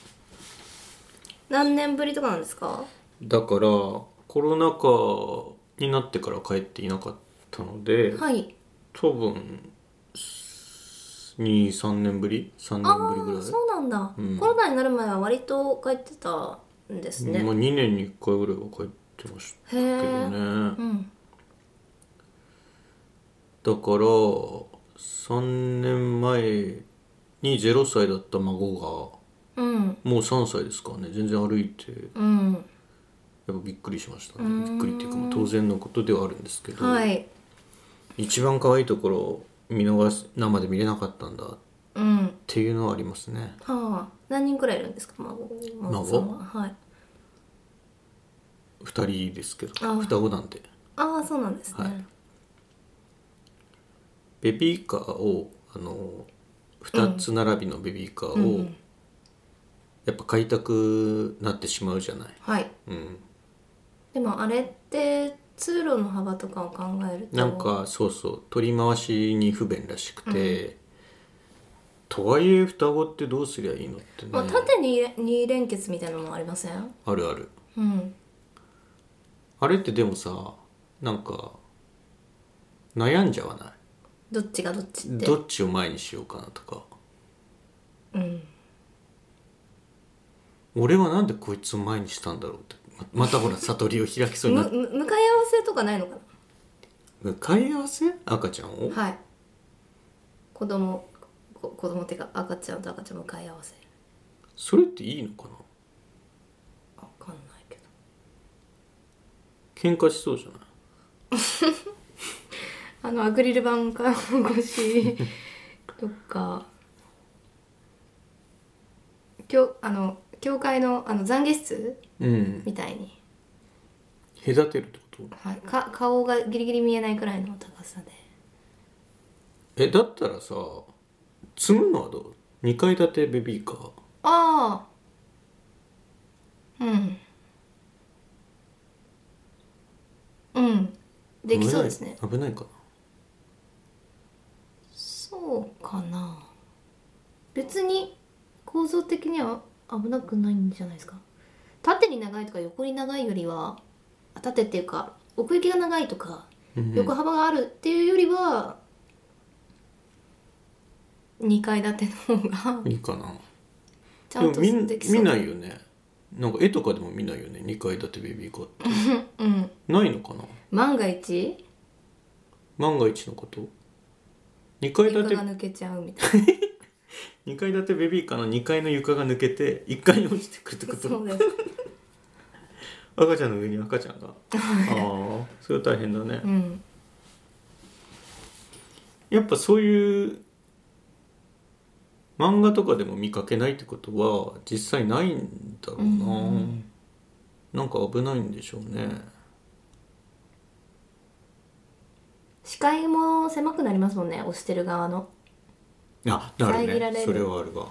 [SPEAKER 1] 何年ぶりとかなんですか
[SPEAKER 2] だからコロナ禍になってから帰っていなかったので、
[SPEAKER 1] はい
[SPEAKER 2] 多分23年ぶり3
[SPEAKER 1] あ
[SPEAKER 2] 年ぶりぐら
[SPEAKER 1] あ
[SPEAKER 2] い
[SPEAKER 1] そうなんだ、
[SPEAKER 2] うん
[SPEAKER 1] コロナになる前は割と帰ってたんですね、
[SPEAKER 2] まあ、2年に1回ぐらいは帰ってました
[SPEAKER 1] へえ
[SPEAKER 2] けどね、
[SPEAKER 1] うん
[SPEAKER 2] だから3年前に0歳だった孫が
[SPEAKER 1] うん
[SPEAKER 2] もう3歳ですからね全然歩いて
[SPEAKER 1] うん
[SPEAKER 2] やっぱびっくりしましたねびっくりっていうかまあ当然のことではあるんですけど、
[SPEAKER 1] はい
[SPEAKER 2] 一番可愛いところを見逃す生で見れなかったんだっ
[SPEAKER 1] うん
[SPEAKER 2] ていうのはありますね
[SPEAKER 1] はあ何人くらいいるんですか孫
[SPEAKER 2] 孫
[SPEAKER 1] さんははい
[SPEAKER 2] 2人ですけど
[SPEAKER 1] あ
[SPEAKER 2] 双子なんで
[SPEAKER 1] ああそうなんですね、
[SPEAKER 2] はいベビーカーをあの2つ並びのベビーカーを、
[SPEAKER 1] うんうん
[SPEAKER 2] やっぱ買いたくなってしまうじゃない、
[SPEAKER 1] はい
[SPEAKER 2] うん、
[SPEAKER 1] でもあれって通路の幅とかを考えると
[SPEAKER 2] なんかそうそう取り回しに不便らしくて、とはいえ双子ってどうすりゃいいのってね、
[SPEAKER 1] まあ、縦に二連結みたいなのもありません
[SPEAKER 2] あるある
[SPEAKER 1] うん
[SPEAKER 2] あれってでもさなんか悩んじゃわな
[SPEAKER 1] どっちがどっちっ
[SPEAKER 2] い
[SPEAKER 1] て
[SPEAKER 2] どっちを前にしようかなとか
[SPEAKER 1] うん
[SPEAKER 2] 俺はなんでこいつを前にしたんだろうってままたほら悟りを開きそうにな
[SPEAKER 1] む
[SPEAKER 2] って
[SPEAKER 1] む向かい合わせとかないのか
[SPEAKER 2] 向かい合わせ赤ちゃんを
[SPEAKER 1] なはい子供こ子供っていうか赤ちゃんと赤ちゃん向かい合わせ
[SPEAKER 2] それっていいのかな
[SPEAKER 1] わかんないけど
[SPEAKER 2] 喧嘩しそうじゃない
[SPEAKER 1] あのアクリル板か越 しとか教あの教会のあの懺悔室
[SPEAKER 2] うん
[SPEAKER 1] みたいに、
[SPEAKER 2] 隔てるってこと
[SPEAKER 1] はい、か顔がギリギリ見えないくらいの高さで
[SPEAKER 2] えだったらさ積むのはどう2階建てベビーカー
[SPEAKER 1] ああうんうんできそうですね
[SPEAKER 2] 危ない危ないかな
[SPEAKER 1] そうかな別に構造的には危なくないんじゃないですか縦に長いとか横に長いよりはあ縦っていうか奥行きが長いとか
[SPEAKER 2] うん
[SPEAKER 1] 横幅があるっていうよりは2階建ての方が
[SPEAKER 2] いいかな
[SPEAKER 1] ちゃん
[SPEAKER 2] で
[SPEAKER 1] と
[SPEAKER 2] も見
[SPEAKER 1] できそう
[SPEAKER 2] 見ないよねなんか絵とかでも見ないよね2階建てベビーカーって
[SPEAKER 1] うん
[SPEAKER 2] ないのかな
[SPEAKER 1] 万が一
[SPEAKER 2] 万が一のこと2階
[SPEAKER 1] 床
[SPEAKER 2] 建て
[SPEAKER 1] が抜けちゃうみたい
[SPEAKER 2] 二階建てベビーカーの2階の床が抜けて1階に落ちてくるっ てこ
[SPEAKER 1] なそ
[SPEAKER 2] と
[SPEAKER 1] うです
[SPEAKER 2] 赤ちゃんの上に赤ちゃ んがああそれは大変だね
[SPEAKER 1] うん
[SPEAKER 2] やっぱそういう漫画とかでも見かけないってことは実際ないんだろうな、
[SPEAKER 1] うん
[SPEAKER 2] なんか危ないんでしょうね
[SPEAKER 1] 視界も狭くなりますもんね押してる側の
[SPEAKER 2] あなる
[SPEAKER 1] 遮られ
[SPEAKER 2] ね
[SPEAKER 1] る
[SPEAKER 2] それはあるわ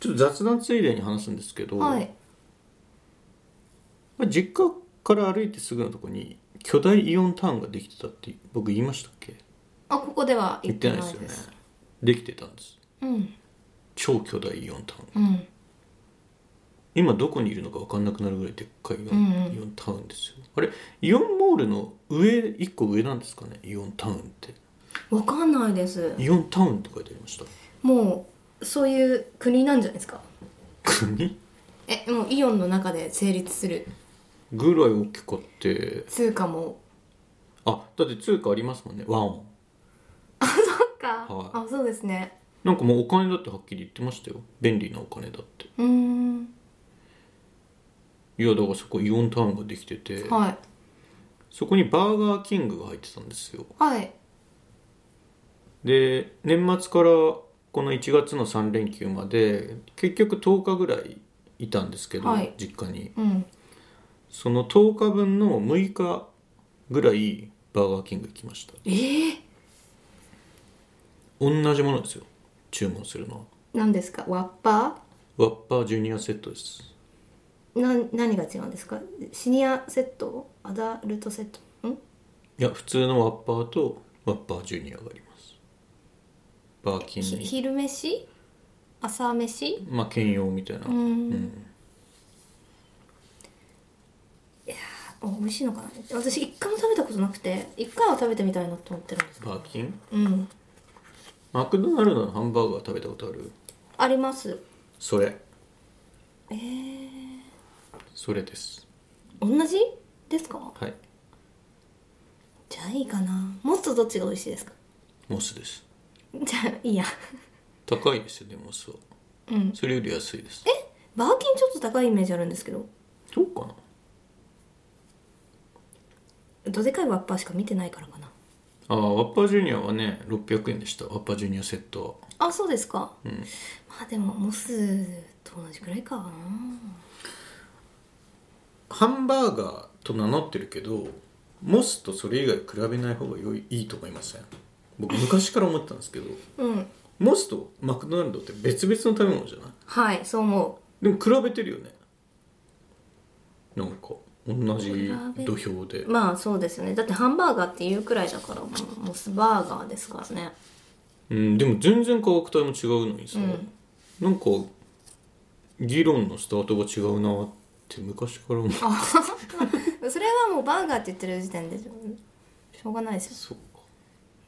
[SPEAKER 2] ちょっと雑談ついでに話すんですけど、
[SPEAKER 1] はい
[SPEAKER 2] まあ実家から歩いてすぐのとこに巨大イオンタウンができてたって僕言いましたっけ
[SPEAKER 1] あここでは
[SPEAKER 2] 言
[SPEAKER 1] 言
[SPEAKER 2] っ
[SPEAKER 1] っててな
[SPEAKER 2] ないで
[SPEAKER 1] い
[SPEAKER 2] すよ
[SPEAKER 1] です
[SPEAKER 2] ねできてたんです
[SPEAKER 1] うん
[SPEAKER 2] 超巨大イオンタウン
[SPEAKER 1] うん
[SPEAKER 2] 今どこにいるのか分かんなくなるぐらいでっかいイオン,、
[SPEAKER 1] うんうん
[SPEAKER 2] イオンタウンですよあれイオンモールの上一個上なんですかねイオンタウンって
[SPEAKER 1] わかんないです
[SPEAKER 2] イオンタウンって書いてありました
[SPEAKER 1] もうそういう国なんじゃないですか
[SPEAKER 2] 国
[SPEAKER 1] えもうイオンの中で成立する
[SPEAKER 2] ぐらい大きかって
[SPEAKER 1] 通貨も
[SPEAKER 2] あだって通貨ありますもんねワン
[SPEAKER 1] そっか、
[SPEAKER 2] は
[SPEAKER 1] あそうですね
[SPEAKER 2] なんかもうお金だってはっきり言ってましたよ便利なお金だって
[SPEAKER 1] うーん
[SPEAKER 2] いやだからそこイオンタウンができてて、
[SPEAKER 1] はい
[SPEAKER 2] そこにバーガーキングが入ってたんですよ
[SPEAKER 1] はい
[SPEAKER 2] で年末からこの1月の3連休まで結局10日ぐらいいたんですけど、
[SPEAKER 1] はい
[SPEAKER 2] 実家に
[SPEAKER 1] うん
[SPEAKER 2] その10日分の6日ぐらいバーガーキング行きました
[SPEAKER 1] ええ
[SPEAKER 2] 同じものですよ注文するのは
[SPEAKER 1] 何ですかワッパ
[SPEAKER 2] ワッパージュニアセットです
[SPEAKER 1] ーな何が違うんですかシニアセットアダルトセットん
[SPEAKER 2] いや普通のワッパーとワッパージュニアがありますバーキン
[SPEAKER 1] ひ
[SPEAKER 2] に
[SPEAKER 1] 昼飯朝飯
[SPEAKER 2] まあ兼用みたいな、
[SPEAKER 1] ん
[SPEAKER 2] うん
[SPEAKER 1] あ美味しいのかな私一回も食べたことなくて一回は食べてみたいなと思ってるんですけど
[SPEAKER 2] バーキン
[SPEAKER 1] うん
[SPEAKER 2] マクドナルドのハンバーガー食べたことある
[SPEAKER 1] あります
[SPEAKER 2] それえそれです
[SPEAKER 1] 同じですか
[SPEAKER 2] はい
[SPEAKER 1] じゃあいいかなもっとどっちが美味しいですか
[SPEAKER 2] モスです
[SPEAKER 1] じゃあいいや
[SPEAKER 2] 高いですよねモスは
[SPEAKER 1] うん
[SPEAKER 2] それより安いです
[SPEAKER 1] えバーキンちょっと高いイメージあるんですけど
[SPEAKER 2] そうかな
[SPEAKER 1] どでかいワッパーしか見てないからかな
[SPEAKER 2] ああワッパージュニアはね600円でしたワッパージュニアセットは
[SPEAKER 1] あそうですか、
[SPEAKER 2] ん
[SPEAKER 1] まあでもモスと同じくらいかな
[SPEAKER 2] ハンバーガーと名乗ってるけどモスとそれ以外比べない方が良いいいと思いません僕昔から思ってたんですけど
[SPEAKER 1] うん
[SPEAKER 2] モスとマクドナルドって別々の食べ物じゃない
[SPEAKER 1] はいそう思
[SPEAKER 2] でも比べてるよねなんか同じ土俵で
[SPEAKER 1] うまあそうですよねだってハンバーガーっていうくらいだからもうモスバーガーですからね
[SPEAKER 2] うんでも全然価格帯も違うのにさ、
[SPEAKER 1] うん
[SPEAKER 2] なんか議論のスタートが違うなって昔から思う
[SPEAKER 1] あ それはもうバーガーって言ってる時点でしょうがないですよ
[SPEAKER 2] そうか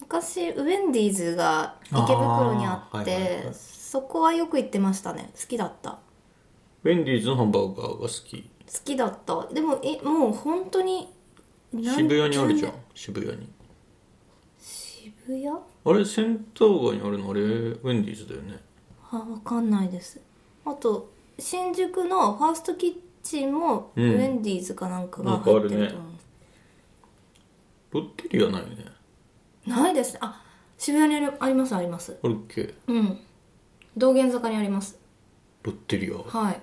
[SPEAKER 1] 昔ウェンディーズが池袋にあって
[SPEAKER 2] あーはいはいはい
[SPEAKER 1] そこはよく行ってましたね好きだった
[SPEAKER 2] ウェンディーズのハンバーガーが好き
[SPEAKER 1] 好きだったでもえもう本当に何
[SPEAKER 2] 渋谷にあるじゃん
[SPEAKER 1] 十年
[SPEAKER 2] 渋谷に
[SPEAKER 1] 渋谷は
[SPEAKER 2] あれセンター街にあるのあれウェンディーズだよね
[SPEAKER 1] 分かんないですあと新宿のファーストキッチンもウ
[SPEAKER 2] うん
[SPEAKER 1] ェンディーズかなんか
[SPEAKER 2] な
[SPEAKER 1] が
[SPEAKER 2] んかあ
[SPEAKER 1] 入
[SPEAKER 2] る
[SPEAKER 1] っ
[SPEAKER 2] ね
[SPEAKER 1] てると思う、
[SPEAKER 2] ロッテリアないよね
[SPEAKER 1] ないですねあ渋谷にありありますあります
[SPEAKER 2] あるっけ
[SPEAKER 1] うん道玄坂にあります
[SPEAKER 2] ロッテリアだったかな、
[SPEAKER 1] はい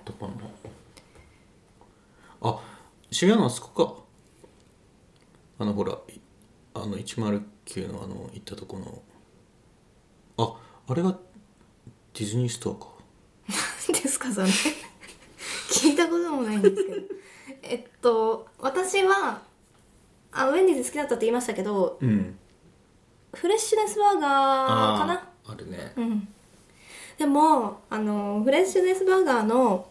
[SPEAKER 2] あ渋谷のあそこかあのほらいあの109のあの行ったとこのああれがディズニーストアか
[SPEAKER 1] 何ですかそれ 聞いたこともないんですけど えっと私はあウェンディーズ好きだったって言いましたけど
[SPEAKER 2] うん
[SPEAKER 1] フレッシュネスバーガーかな
[SPEAKER 2] あるね
[SPEAKER 1] うんでもあのフレッシュネスバーガーの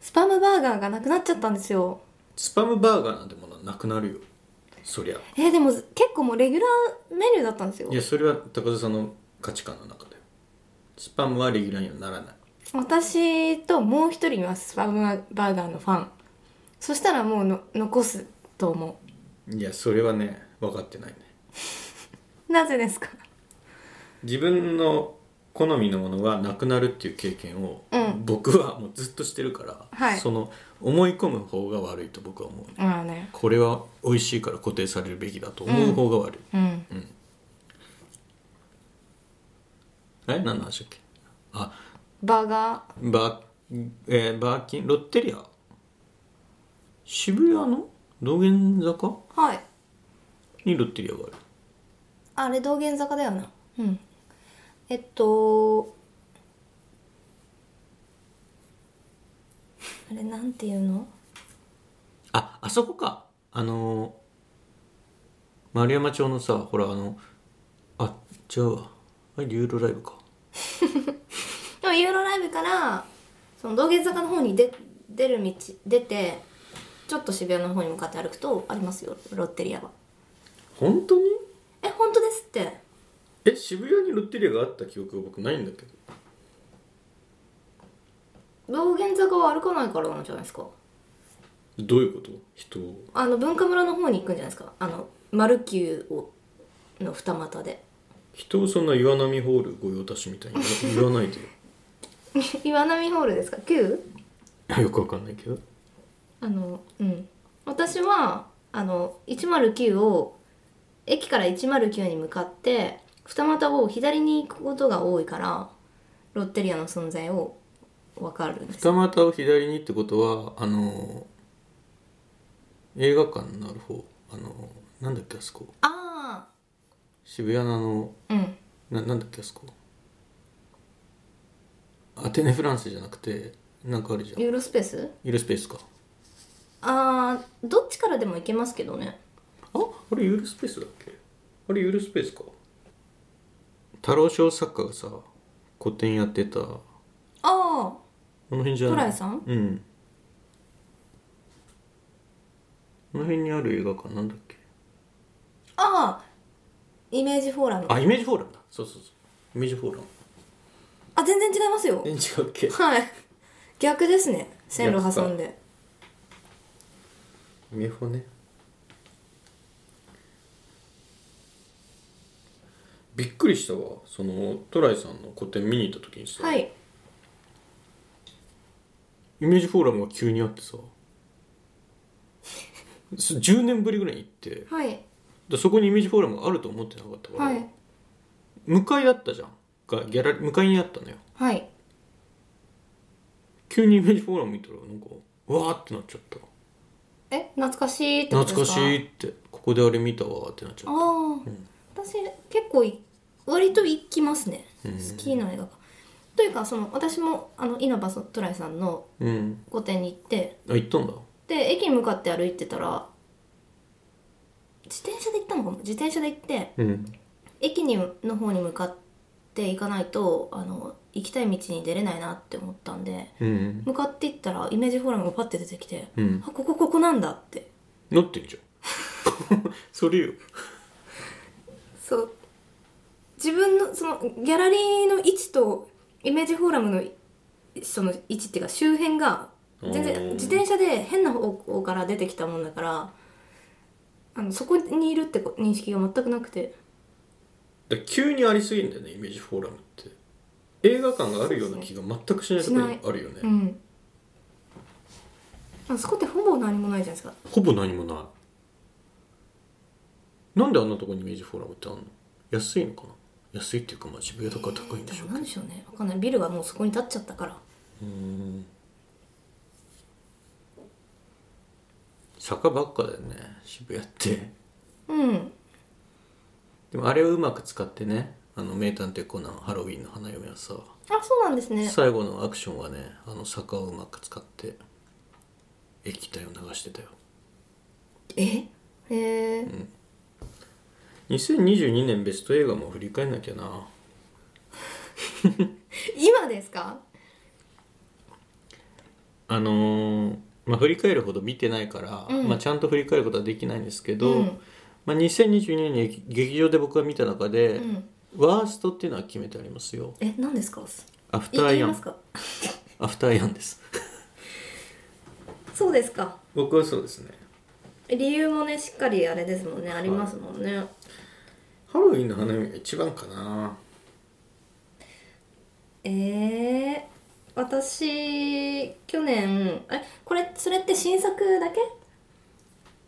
[SPEAKER 1] スパムバーガーがなくなっちゃったんですよ
[SPEAKER 2] スパムバーガーなんてものはなくなるよそりゃ
[SPEAKER 1] えでも結構もうレギュラーメニューだったんですよ
[SPEAKER 2] いやそれは高田さんの価値観の中でスパムはレギュラーにはならない
[SPEAKER 1] 私ともう一人いますスパムバーガーのファンそしたらもうの残すと思
[SPEAKER 2] いやそれはね分かってないね
[SPEAKER 1] うなぜですか
[SPEAKER 2] 自分の好みのものがなくなるっていう経験を、
[SPEAKER 1] うん
[SPEAKER 2] 僕はもうずっとしてるから、
[SPEAKER 1] はい
[SPEAKER 2] その思い込む方が悪いと僕は思うね
[SPEAKER 1] まあね
[SPEAKER 2] これは美味しいから固定されるべきだと思う方が悪い、
[SPEAKER 1] うん
[SPEAKER 2] え何の話だっけあ
[SPEAKER 1] バーガ
[SPEAKER 2] バ,、えーバーキンロッテリア渋谷の道玄坂
[SPEAKER 1] ーはい
[SPEAKER 2] にロッテリアがある
[SPEAKER 1] あれ道玄坂だよなうんえっとあれなんていうの
[SPEAKER 2] ああそこかあのー丸山町のさほらあのあ違うわあれユーロライブか
[SPEAKER 1] でもユーロライブからその道玄坂の方に出出る道出てちょっと渋谷の方に向かって歩くとありますよロッテリアは
[SPEAKER 2] 本当に
[SPEAKER 1] え本当ですって
[SPEAKER 2] え渋谷にロッテリアがあった記憶が僕ないんだけど
[SPEAKER 1] 道玄坂は歩かないからなんじゃないですか
[SPEAKER 2] どういうこと人を
[SPEAKER 1] あの文化村の方に行くんじゃないですかあのマルキューをの二股で
[SPEAKER 2] 人をそんな岩波ホール御用達みたいに言わ言わないで
[SPEAKER 1] 岩波ホールですか 9?
[SPEAKER 2] よ よくわかんないけど
[SPEAKER 1] あのうん私はあの109を駅から109に向かって二股を左に行くことが多いからロッテリアの存在を分かるんです
[SPEAKER 2] 二股を左にってことはあのー映画館のある方あのーなんだっけあそこ
[SPEAKER 1] あ
[SPEAKER 2] 渋谷のあの
[SPEAKER 1] あうん
[SPEAKER 2] ななんだっけあそこアテネフランスじゃなくてなんかあるじゃん
[SPEAKER 1] ユーロスペース
[SPEAKER 2] ユーロスペースか
[SPEAKER 1] ああどっちからでも行けますけどね
[SPEAKER 2] ああれユーロスペースだっけあれユーロスペースか太郎小作家がさ古典やってたあ
[SPEAKER 1] ああ
[SPEAKER 2] の辺じゃない
[SPEAKER 1] トライさん
[SPEAKER 2] うんあの辺にある映画館なんだっけ
[SPEAKER 1] ああイメージフォーラムあ
[SPEAKER 2] あイメージフォーラムだそうそうそうイメージフォーラム
[SPEAKER 1] 全然違いますよ
[SPEAKER 2] え違うっけ
[SPEAKER 1] はい逆ですね線路挟んで
[SPEAKER 2] メフォねびっくりしたわそのトライさんの個展見に行った時にさ、
[SPEAKER 1] はい
[SPEAKER 2] イメージフォーラムが急にあってさ す10年ぶりぐらいに行って
[SPEAKER 1] はい
[SPEAKER 2] でそこにイメージフォーラムがあると思ってなかったから、
[SPEAKER 1] はい
[SPEAKER 2] 向かいだったじゃんがギャラリー向かいにあったのよ
[SPEAKER 1] はい
[SPEAKER 2] 急にイメージフォーラム見たらなんかわーってなっちゃった
[SPEAKER 1] え懐かしいってこと
[SPEAKER 2] 懐
[SPEAKER 1] で
[SPEAKER 2] か
[SPEAKER 1] すか
[SPEAKER 2] しいってここであれ見たわーってなっちゃ
[SPEAKER 1] あ
[SPEAKER 2] っ
[SPEAKER 1] あ、私結構い割と行きますね好きな映画がというかその私もあの稲葉トライさんの
[SPEAKER 2] たうん
[SPEAKER 1] 御殿に行って
[SPEAKER 2] あ行ったんだ
[SPEAKER 1] で駅に向かって歩いてたら自転車で行ったのかも自転車で行って
[SPEAKER 2] うん
[SPEAKER 1] 駅にの方に向かって行かないとあの行きたい道に出れないなって思ったんで
[SPEAKER 2] うん
[SPEAKER 1] 向かって行ったらイメージフォーラムがパッて出てきて、
[SPEAKER 2] うん
[SPEAKER 1] あここここなんだって
[SPEAKER 2] なってん じゃんそれよ
[SPEAKER 1] そう自分のそのギャラリーの位置とイメージフォーラムのその位置っていうか周辺が全
[SPEAKER 2] おー
[SPEAKER 1] 然自転車で変な方向から出てきたもんだからあのそこにいるってこ認識が全くなくて
[SPEAKER 2] だから急にありすぎんだよねイメージフォーラムって映画館があるような気が全くしないところにあるよね、
[SPEAKER 1] うんあそこってほぼ何もないじゃないですか
[SPEAKER 2] ほぼ何もないなんであんなとこにイメージフォーラムってあんの安いのかな安いっていうかまあ渋谷とか高いんで
[SPEAKER 1] で
[SPEAKER 2] しょ
[SPEAKER 1] も
[SPEAKER 2] うけ
[SPEAKER 1] な
[SPEAKER 2] ど
[SPEAKER 1] んでしょうねわかんないビルがもうそこに立っちゃったから
[SPEAKER 2] うん坂ばっかだよね渋谷って
[SPEAKER 1] うん
[SPEAKER 2] でもあれをうまく使ってねあの名探偵コナンハロウィンの花嫁はさ
[SPEAKER 1] あそうなんですね
[SPEAKER 2] 最後のアクションはねあの坂をうまく使って液体を流してたよ
[SPEAKER 1] えへえ
[SPEAKER 2] 2022年ベスト映画も振り返んなきゃな
[SPEAKER 1] 今ですか
[SPEAKER 2] あのーまあ、振り返るほど見てないから、
[SPEAKER 1] うん
[SPEAKER 2] まあ、ちゃんと振り返ることはできないんですけど、
[SPEAKER 1] うん
[SPEAKER 2] まあ、2022年に劇場で僕が見た中で、
[SPEAKER 1] うん
[SPEAKER 2] ワーストっていうのは決めてありますよ
[SPEAKER 1] え何ですか
[SPEAKER 2] アフ
[SPEAKER 1] い
[SPEAKER 2] ター
[SPEAKER 1] 言
[SPEAKER 2] アイ
[SPEAKER 1] い
[SPEAKER 2] ア
[SPEAKER 1] ます
[SPEAKER 2] ン
[SPEAKER 1] か
[SPEAKER 2] アフターアイアンです
[SPEAKER 1] そうですか
[SPEAKER 2] 僕はそうですね
[SPEAKER 1] 理由もねしっかりあれですもんねありますもんね、
[SPEAKER 2] ハロウィンの花見が一番かな
[SPEAKER 1] えー、私去年えこれそれって新作だけ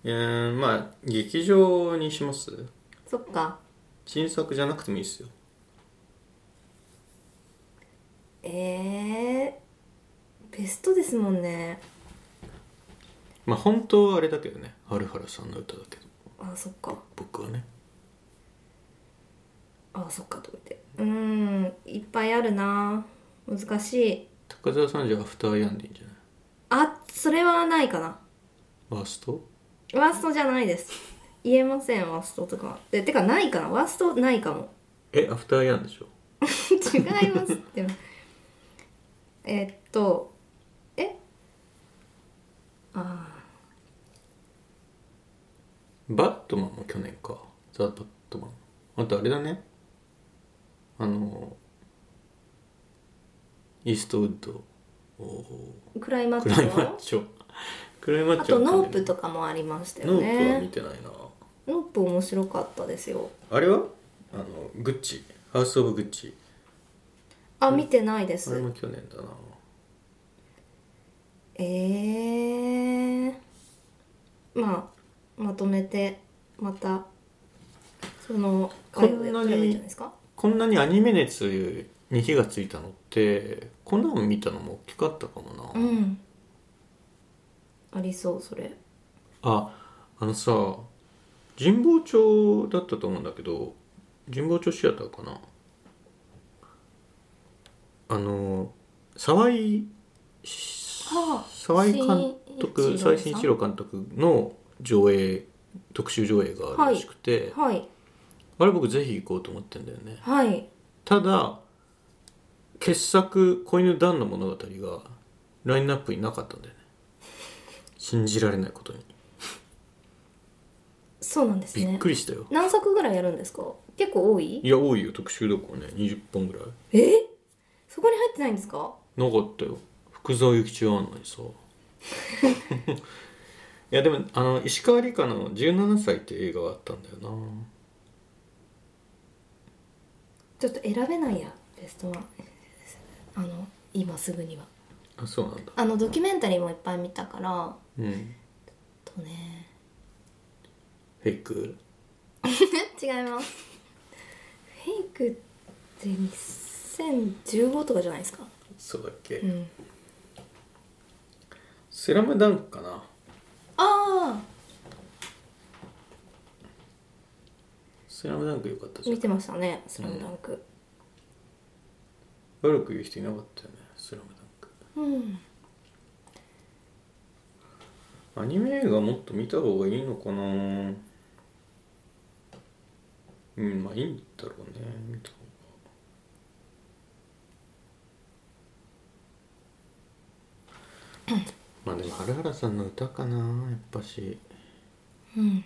[SPEAKER 2] いやーまあ劇場にします
[SPEAKER 1] そっか
[SPEAKER 2] 新作じゃなくてもいいですよ
[SPEAKER 1] えー、ベストですもんね
[SPEAKER 2] まあ本当はあれだけどね春原さんの歌だけど
[SPEAKER 1] あそっか
[SPEAKER 2] 僕はね
[SPEAKER 1] あそっかと思ってうーんいっぱいあるな難しい
[SPEAKER 2] 高澤さんじゃアフターアイアンでいいんじゃない
[SPEAKER 1] あそれはないかな
[SPEAKER 2] ワースト
[SPEAKER 1] ワーストじゃないです言えませんワーストとかでてかないかなワーストないかも
[SPEAKER 2] えアフターアイアンでしょ
[SPEAKER 1] 違いますってえっとえあ
[SPEAKER 2] バットマンも去年かザ・バットマンあとあれだねあのイーストウッドお
[SPEAKER 1] ークライマッ
[SPEAKER 2] ーク
[SPEAKER 1] チ
[SPEAKER 2] ライマッチョクライマッ
[SPEAKER 1] あ
[SPEAKER 2] チョ
[SPEAKER 1] と
[SPEAKER 2] は
[SPEAKER 1] ノープとかもありましたよ
[SPEAKER 2] ノープは見
[SPEAKER 1] ね
[SPEAKER 2] てないな
[SPEAKER 1] ノープ面白かったですよ
[SPEAKER 2] あれはあのグッチハウス・オブ・グッチ
[SPEAKER 1] あ見てないで
[SPEAKER 2] あれ
[SPEAKER 1] す
[SPEAKER 2] も去年だな
[SPEAKER 1] えー、まあまとめてまたその
[SPEAKER 2] こんな
[SPEAKER 1] 回をやっ
[SPEAKER 2] に
[SPEAKER 1] たらいいんじゃないですか
[SPEAKER 2] こんなにアニメ熱に火がついたのってコナン見たのも大きかったかもな、
[SPEAKER 1] うんありそうそれ
[SPEAKER 2] ああのさ神保町だったと思うんだけど神保町シアターかなあの沢井
[SPEAKER 1] あ
[SPEAKER 2] 沢井監督
[SPEAKER 1] 新一郎さん
[SPEAKER 2] 沢井慎一郎監督の上映特集上映があるらしくて、
[SPEAKER 1] はい
[SPEAKER 2] あれ僕ぜひ行こうと思ってんだよね
[SPEAKER 1] はい
[SPEAKER 2] ただ傑作「子犬団の物語」がラインナップになかったんだよね信じられないことに
[SPEAKER 1] そうなんです
[SPEAKER 2] びっ
[SPEAKER 1] ね
[SPEAKER 2] くりしたよ
[SPEAKER 1] 何作ぐらいやるんですか結構多い
[SPEAKER 2] いや多いよ特集どころね20本ぐらい
[SPEAKER 1] えそこに入ってないんですか
[SPEAKER 2] なかったよ福沢諭吉はあんのにさ いやでもあの石川梨花の「17歳」って映画があったんだよな
[SPEAKER 1] ちょっと選べないやベストワンあの今すぐには
[SPEAKER 2] あそうなんだ
[SPEAKER 1] あのドキュメンタリーもいっぱい見たから
[SPEAKER 2] うん
[SPEAKER 1] とね
[SPEAKER 2] フェイク
[SPEAKER 1] 違いますフェイクって2015とかじゃないですか
[SPEAKER 2] そうだっけ、
[SPEAKER 1] うん
[SPEAKER 2] スラムダンクかな
[SPEAKER 1] あ
[SPEAKER 2] スラムダンクよかった
[SPEAKER 1] あ
[SPEAKER 2] じゃん
[SPEAKER 1] 見てましたね「スラムダンク
[SPEAKER 2] 悪く言う人いなかったよねスラムダンク
[SPEAKER 1] うん
[SPEAKER 2] アニメ映画もっと見た方がいいのかなうんまあいいんだろうね見た方がまあでも春原さんの歌かなやっぱし
[SPEAKER 1] うん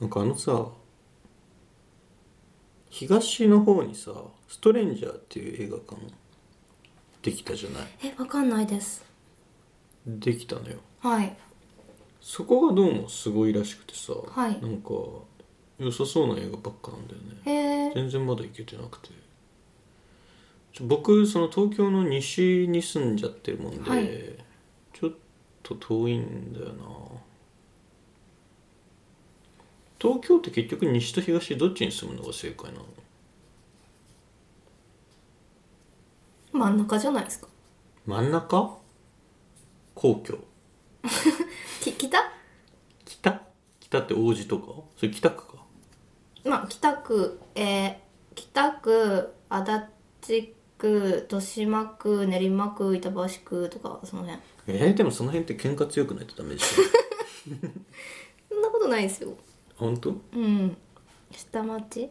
[SPEAKER 2] なんかあのさ東の方にさ「ストレンジャー」っていう映画館できたじゃない
[SPEAKER 1] えわかんないです
[SPEAKER 2] できたのよ
[SPEAKER 1] はい
[SPEAKER 2] そこがどうもすごいらしくてさ、
[SPEAKER 1] はい
[SPEAKER 2] なんか良さそうな映画ばっかなんだよ
[SPEAKER 1] へ
[SPEAKER 2] ね
[SPEAKER 1] え
[SPEAKER 2] 全然まだ行けてなくてちょ僕その東京の西に住んじゃってるもんで、
[SPEAKER 1] はい
[SPEAKER 2] ちょっと遠いんだよな東京って結局西と東どっちに住むのが正解なの
[SPEAKER 1] 真ん中じゃないですか
[SPEAKER 2] 真ん中皇居
[SPEAKER 1] き北
[SPEAKER 2] 北北って王子とかそれ北区か
[SPEAKER 1] まあ北区えー北区足立区豊島区練馬区板橋区とかその辺
[SPEAKER 2] えー、でもその辺って喧嘩強くないとダメでし ょ
[SPEAKER 1] そんなことないですよ
[SPEAKER 2] 本当
[SPEAKER 1] うん下町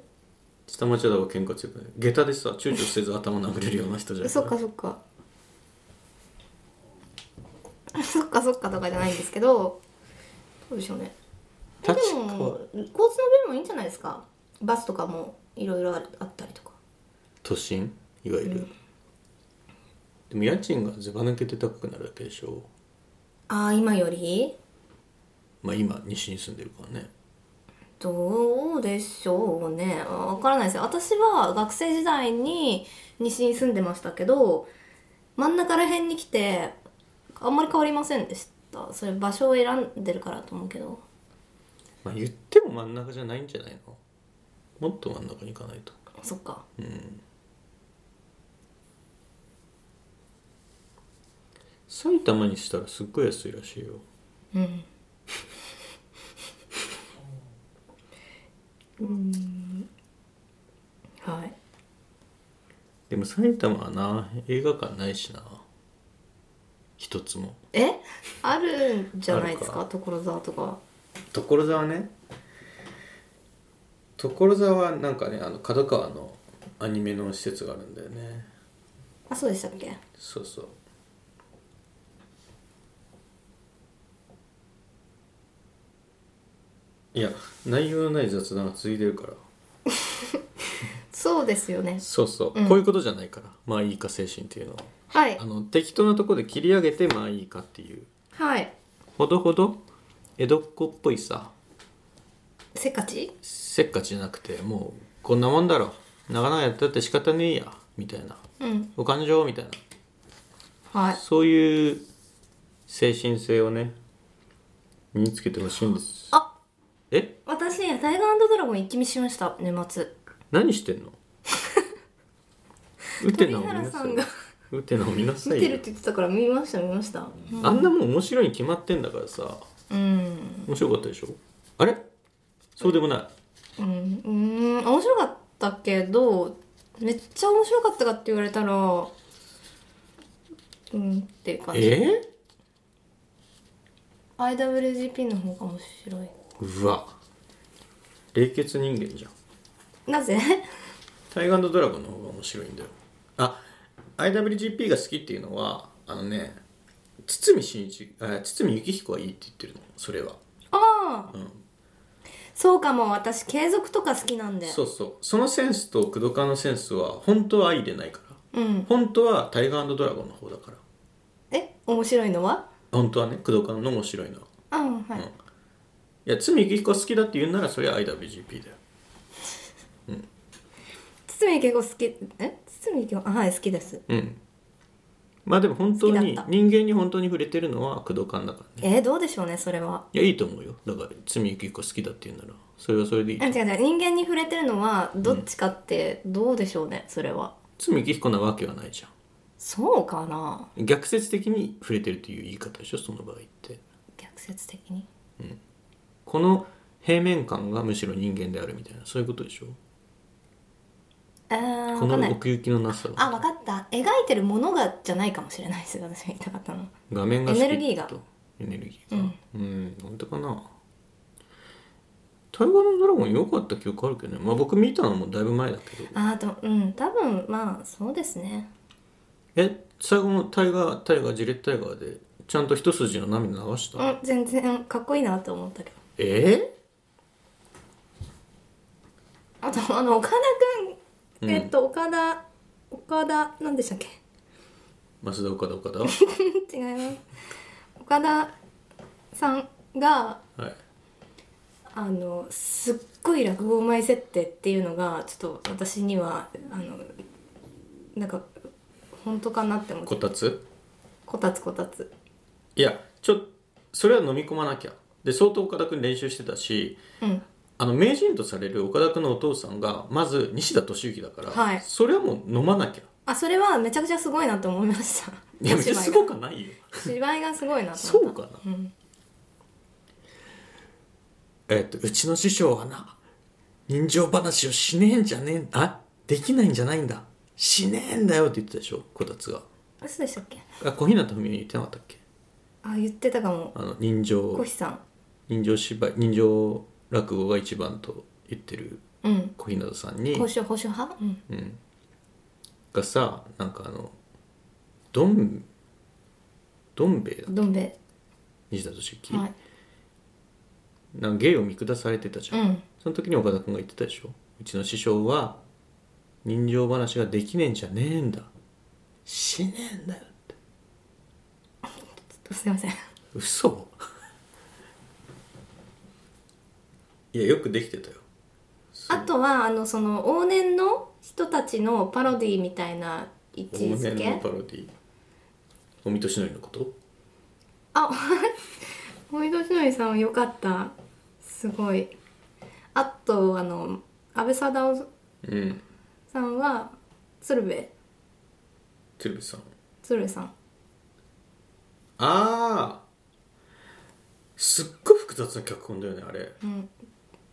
[SPEAKER 2] 下町だと喧嘩強くない下駄でさ躊躇せず頭殴れるような人じゃない
[SPEAKER 1] そっかそっかそっかそっかとかじゃないんですけどどうでしょうねえで
[SPEAKER 2] 確か
[SPEAKER 1] も交通の便もいいんじゃないですかバスとかもいろいろあったりとか
[SPEAKER 2] 都心いわゆる、でも家賃がずば抜けて高くなるだけでしょ
[SPEAKER 1] ああ今より
[SPEAKER 2] まあ今西に住んでるからね
[SPEAKER 1] どうでしょうねわからないですよ私は学生時代に西に住んでましたけど真ん中ら辺に来てあんまり変わりませんでしたそれ場所を選んでるからと思うけど
[SPEAKER 2] まあ言っても真ん中じゃないんじゃないのもっと真ん中に行かないと
[SPEAKER 1] そっか
[SPEAKER 2] 埼玉にしたらすっごい安いらしいよ
[SPEAKER 1] うんうんはい
[SPEAKER 2] でも埼玉はな映画館ないしな一つも
[SPEAKER 1] えあるんじゃないです
[SPEAKER 2] あ
[SPEAKER 1] か所沢とか
[SPEAKER 2] 所沢ね所沢はなんかねあの角川のアニメの施設があるんだよね
[SPEAKER 1] あそうでしたっけ
[SPEAKER 2] そうそういや内容のない雑談が続いてるから
[SPEAKER 1] そうですよね
[SPEAKER 2] そうそう、こういうことじゃないからまあいいか精神っていうのは
[SPEAKER 1] はい
[SPEAKER 2] あの適当なところで切り上げてまあいいかっていう
[SPEAKER 1] はい
[SPEAKER 2] ほどほど江戸っ子っぽいさ
[SPEAKER 1] せっかち
[SPEAKER 2] せっかちじゃなくてもうこんなもんだろ長々やったって仕方ねえやみたいな
[SPEAKER 1] うん
[SPEAKER 2] お感情みたいな
[SPEAKER 1] はい
[SPEAKER 2] そういう精神性をね身につけてほしいんです
[SPEAKER 1] あ
[SPEAKER 2] え
[SPEAKER 1] 私ねタイガードラゴン一気見しました年末
[SPEAKER 2] 何し てんのウテナを見
[SPEAKER 1] 鳥原
[SPEAKER 2] な
[SPEAKER 1] さ
[SPEAKER 2] さい
[SPEAKER 1] ん
[SPEAKER 2] よ
[SPEAKER 1] が
[SPEAKER 2] ウテナを見なさ
[SPEAKER 1] 見
[SPEAKER 2] い
[SPEAKER 1] てるっ
[SPEAKER 2] よ
[SPEAKER 1] て言ってたから見ました見ました
[SPEAKER 2] あんなもん面白いに決まってんだからさ
[SPEAKER 1] うん
[SPEAKER 2] 面白かったでしょあれそうでもない
[SPEAKER 1] うんうん面白かったけどめっちゃ面白かったかって言われたらうんっていう感じ
[SPEAKER 2] え
[SPEAKER 1] IWGP の方が面白いう
[SPEAKER 2] わ冷血人間じゃん
[SPEAKER 1] なぜ
[SPEAKER 2] タイガードラゴンの方が面白いんだよあ IWGP が好きっていうのはあのね堤真一あ堤幸彦はいいって言ってるのそれは
[SPEAKER 1] ああ、そうかも私継続とか好きなんで
[SPEAKER 2] そうそうそのセンスと工藤家のセンスは本当は相でないから
[SPEAKER 1] うん
[SPEAKER 2] 本当はタイガードラゴンの方だから
[SPEAKER 1] え面白いのは
[SPEAKER 2] 本当はね工藤家の面白いのは
[SPEAKER 1] うんはい、
[SPEAKER 2] いや堤幸彦好きだって言うならそれは IWGP だよ
[SPEAKER 1] 堤結構好きえ堤結構あはい好きです
[SPEAKER 2] うんまあでも本当
[SPEAKER 1] 好き
[SPEAKER 2] に
[SPEAKER 1] だった
[SPEAKER 2] 人間に本当に触れてるのは工藤家だからね
[SPEAKER 1] えーどうでしょうねそれはい
[SPEAKER 2] やいいと思うよだから罪行き個好きだって言うならそれはそれでいい
[SPEAKER 1] あ違う違う人間に触れてるのはどっちかってどうでしょうねそれは
[SPEAKER 2] 罪行き彦なわけはないじゃ
[SPEAKER 1] そうかなん
[SPEAKER 2] 逆説的に触れてるという言い方でしょその場合って
[SPEAKER 1] 逆説的に
[SPEAKER 2] この平面感がむしろ人間であるみたいなそういうことでしょ
[SPEAKER 1] あー
[SPEAKER 2] こ
[SPEAKER 1] 分かんな
[SPEAKER 2] の
[SPEAKER 1] い
[SPEAKER 2] 奥行きのなさ
[SPEAKER 1] あ分かった描いてるものがじゃないかもしれないです私が言いたかったの
[SPEAKER 2] 画面が好きって
[SPEAKER 1] エ
[SPEAKER 2] こと
[SPEAKER 1] ネルギーが
[SPEAKER 2] エネルギーがうん本当かな大河のドラゴン良かった記憶あるけどねまあ僕見たのもだいぶ前だけど
[SPEAKER 1] あーとうん多分まあそうですね
[SPEAKER 2] え最後のタイガータイガージレットタイガーでちゃんと一筋の涙流した、
[SPEAKER 1] うん全然かっこいいなと思ったけど
[SPEAKER 2] えー
[SPEAKER 1] あとあの岡田くん、えっと岡田岡田なんでしたっけ
[SPEAKER 2] 増田岡田岡田
[SPEAKER 1] 違います岡田さんが
[SPEAKER 2] はい
[SPEAKER 1] あのすっごい落語うまい設定っていうのがちょっと私にはあのなんか本当かなって思っ
[SPEAKER 2] こ
[SPEAKER 1] て
[SPEAKER 2] たつ
[SPEAKER 1] こたつこたつ
[SPEAKER 2] いやちょそれは飲み込まなきゃで相当岡田君練習してたし
[SPEAKER 1] うん
[SPEAKER 2] あの名人とされる岡田君のお父さんがまず西田敏行だから、
[SPEAKER 1] はい
[SPEAKER 2] それはもう飲まなきゃ
[SPEAKER 1] あそれはめちゃくちゃすごいなと思いました
[SPEAKER 2] いや
[SPEAKER 1] お
[SPEAKER 2] 別に
[SPEAKER 1] 芝居
[SPEAKER 2] す
[SPEAKER 1] が
[SPEAKER 2] ごくはないよ
[SPEAKER 1] 芝居がすごいなと思った
[SPEAKER 2] そうかな
[SPEAKER 1] うん、
[SPEAKER 2] えっとうちの師匠はな人情話をしねえんじゃねえんあできないんじゃないんだしねえんだよって言ってたでしょこたつが
[SPEAKER 1] 嘘でしたっけ
[SPEAKER 2] あ小日向文世言ってなかったっけ
[SPEAKER 1] あ言ってたかも
[SPEAKER 2] あの人情
[SPEAKER 1] コヒさん
[SPEAKER 2] 人情芝居人情落語が一番と言ってる
[SPEAKER 1] うん
[SPEAKER 2] 小日向さんに
[SPEAKER 1] 保守保守派うん
[SPEAKER 2] がさなんかあのどんどん兵衛だ
[SPEAKER 1] どん兵衛
[SPEAKER 2] 西田敏行、
[SPEAKER 1] はい
[SPEAKER 2] なんか芸を見下されてたじゃん、
[SPEAKER 1] うん
[SPEAKER 2] その時に岡田君が言ってたでしょうちの師匠は人情話ができねえんじゃねえんだ死ねえんだよって
[SPEAKER 1] すいません
[SPEAKER 2] 嘘 いやよくできてたよ
[SPEAKER 1] あとはあのその往年の人たちのパロディみたいな位置
[SPEAKER 2] 往
[SPEAKER 1] づ
[SPEAKER 2] 年の
[SPEAKER 1] け
[SPEAKER 2] パロディお見としのりのこと
[SPEAKER 1] あ おいどしのりさんよかったすごいあとあの安倍貞夫
[SPEAKER 2] うん
[SPEAKER 1] さんは鶴瓶
[SPEAKER 2] 鶴瓶さん
[SPEAKER 1] 鶴瓶さん
[SPEAKER 2] ああすっごい複雑な脚本だよねあれ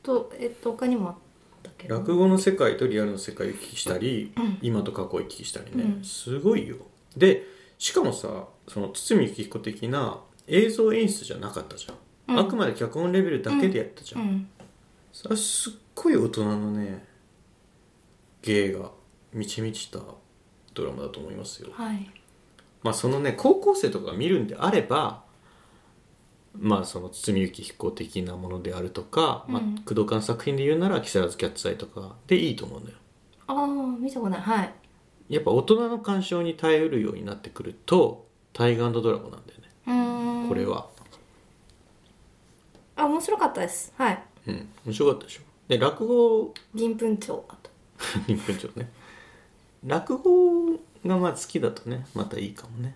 [SPEAKER 1] とえっと他にもあったけど
[SPEAKER 2] 落語の世界とリアルの世界を行き来したり、今と過去を行き来したりね、すごいよでしかもさその堤幸彦的な映像演出じゃなかったじゃん、あくまで脚本レベルだけでやったじゃん、
[SPEAKER 1] うん
[SPEAKER 2] それはすっごい大人のね芸が満ち満ちたドラマだと思いますよ
[SPEAKER 1] はい
[SPEAKER 2] まあそのね高校生とかが見るんであればまあその堤幸彦的なものであるとか、まあ
[SPEAKER 1] うん、
[SPEAKER 2] 工藤館作品で言うなら「木更津キャッツアイ」とかでいいと思うんだよ
[SPEAKER 1] ああ見たことないはい
[SPEAKER 2] やっぱ大人の鑑賞に耐えうるようになってくると「大河ドラゴン」なんだよね
[SPEAKER 1] うーん
[SPEAKER 2] これは
[SPEAKER 1] あ面白かったですはい
[SPEAKER 2] うん面白かったでしょで落語
[SPEAKER 1] 銀粉町あと
[SPEAKER 2] 日本町ね落語がまあ好きだとねまたいいかもね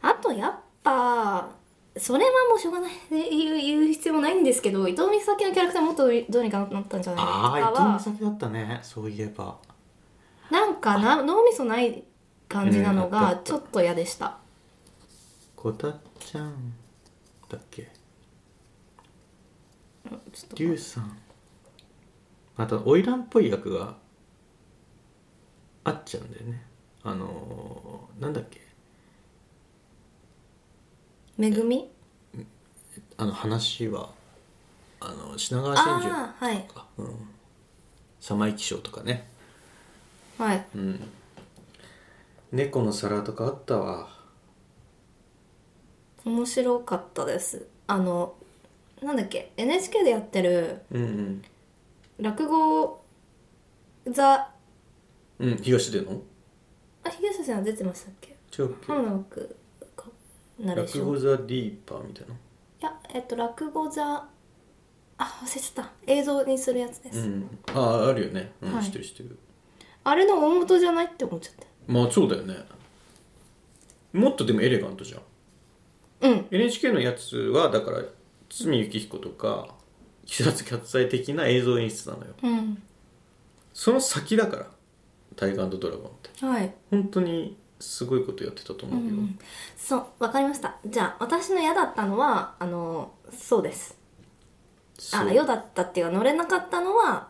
[SPEAKER 1] あとやっぱそれはもうしょうがない言う言う必要もないんですけど伊藤美咲のキャラクターもっとどうにかなったんじゃない
[SPEAKER 2] ああ伊藤
[SPEAKER 1] か
[SPEAKER 2] 美咲だったねそういえば
[SPEAKER 1] はなんかな脳みそない感じなの
[SPEAKER 2] うんあったあ
[SPEAKER 1] が
[SPEAKER 2] った
[SPEAKER 1] ちょっと嫌でした、
[SPEAKER 2] こたっちゃんだっけ
[SPEAKER 1] ちょっと
[SPEAKER 2] 龍さんあと花魁っぽい役があっちゃうんだよねあのー、なんだっけ
[SPEAKER 1] めぐみ
[SPEAKER 2] あの話はあの品川真珠
[SPEAKER 1] ああはい
[SPEAKER 2] かうん様生賞とかね
[SPEAKER 1] はい、
[SPEAKER 2] 猫の皿とかあったわ
[SPEAKER 1] 面白かったですあのなんだっけ NHK でやってる
[SPEAKER 2] うん
[SPEAKER 1] 落語ザ
[SPEAKER 2] うんうん東出の
[SPEAKER 1] あ東田さん出てましたっけ
[SPEAKER 2] 違うっけ
[SPEAKER 1] ハムナクかナレーショ
[SPEAKER 2] 落
[SPEAKER 1] ン
[SPEAKER 2] 語
[SPEAKER 1] い
[SPEAKER 2] ザディーパーみたいな
[SPEAKER 1] やえっと落語ザあ忘れちゃった映像にするやつです、
[SPEAKER 2] うんあああるよねうん、
[SPEAKER 1] はい
[SPEAKER 2] 知ってる知ってる
[SPEAKER 1] あれの大元じゃないって思っちゃっ
[SPEAKER 2] まあそうだよねもっとでもエレガントじゃん
[SPEAKER 1] たうん
[SPEAKER 2] NHK のやつはだから堤幸彦とか木更津キャッツアイ的な映像演出なのよ
[SPEAKER 1] うん
[SPEAKER 2] その先だから「タイガードラゴン」って
[SPEAKER 1] はい
[SPEAKER 2] 本当にすごいことやってたと思うよ、
[SPEAKER 1] そうわかりましたじゃあ私の嫌だったのはあのそうです
[SPEAKER 2] そ
[SPEAKER 1] あ
[SPEAKER 2] う
[SPEAKER 1] 嫌だったっていうか乗れなかったのは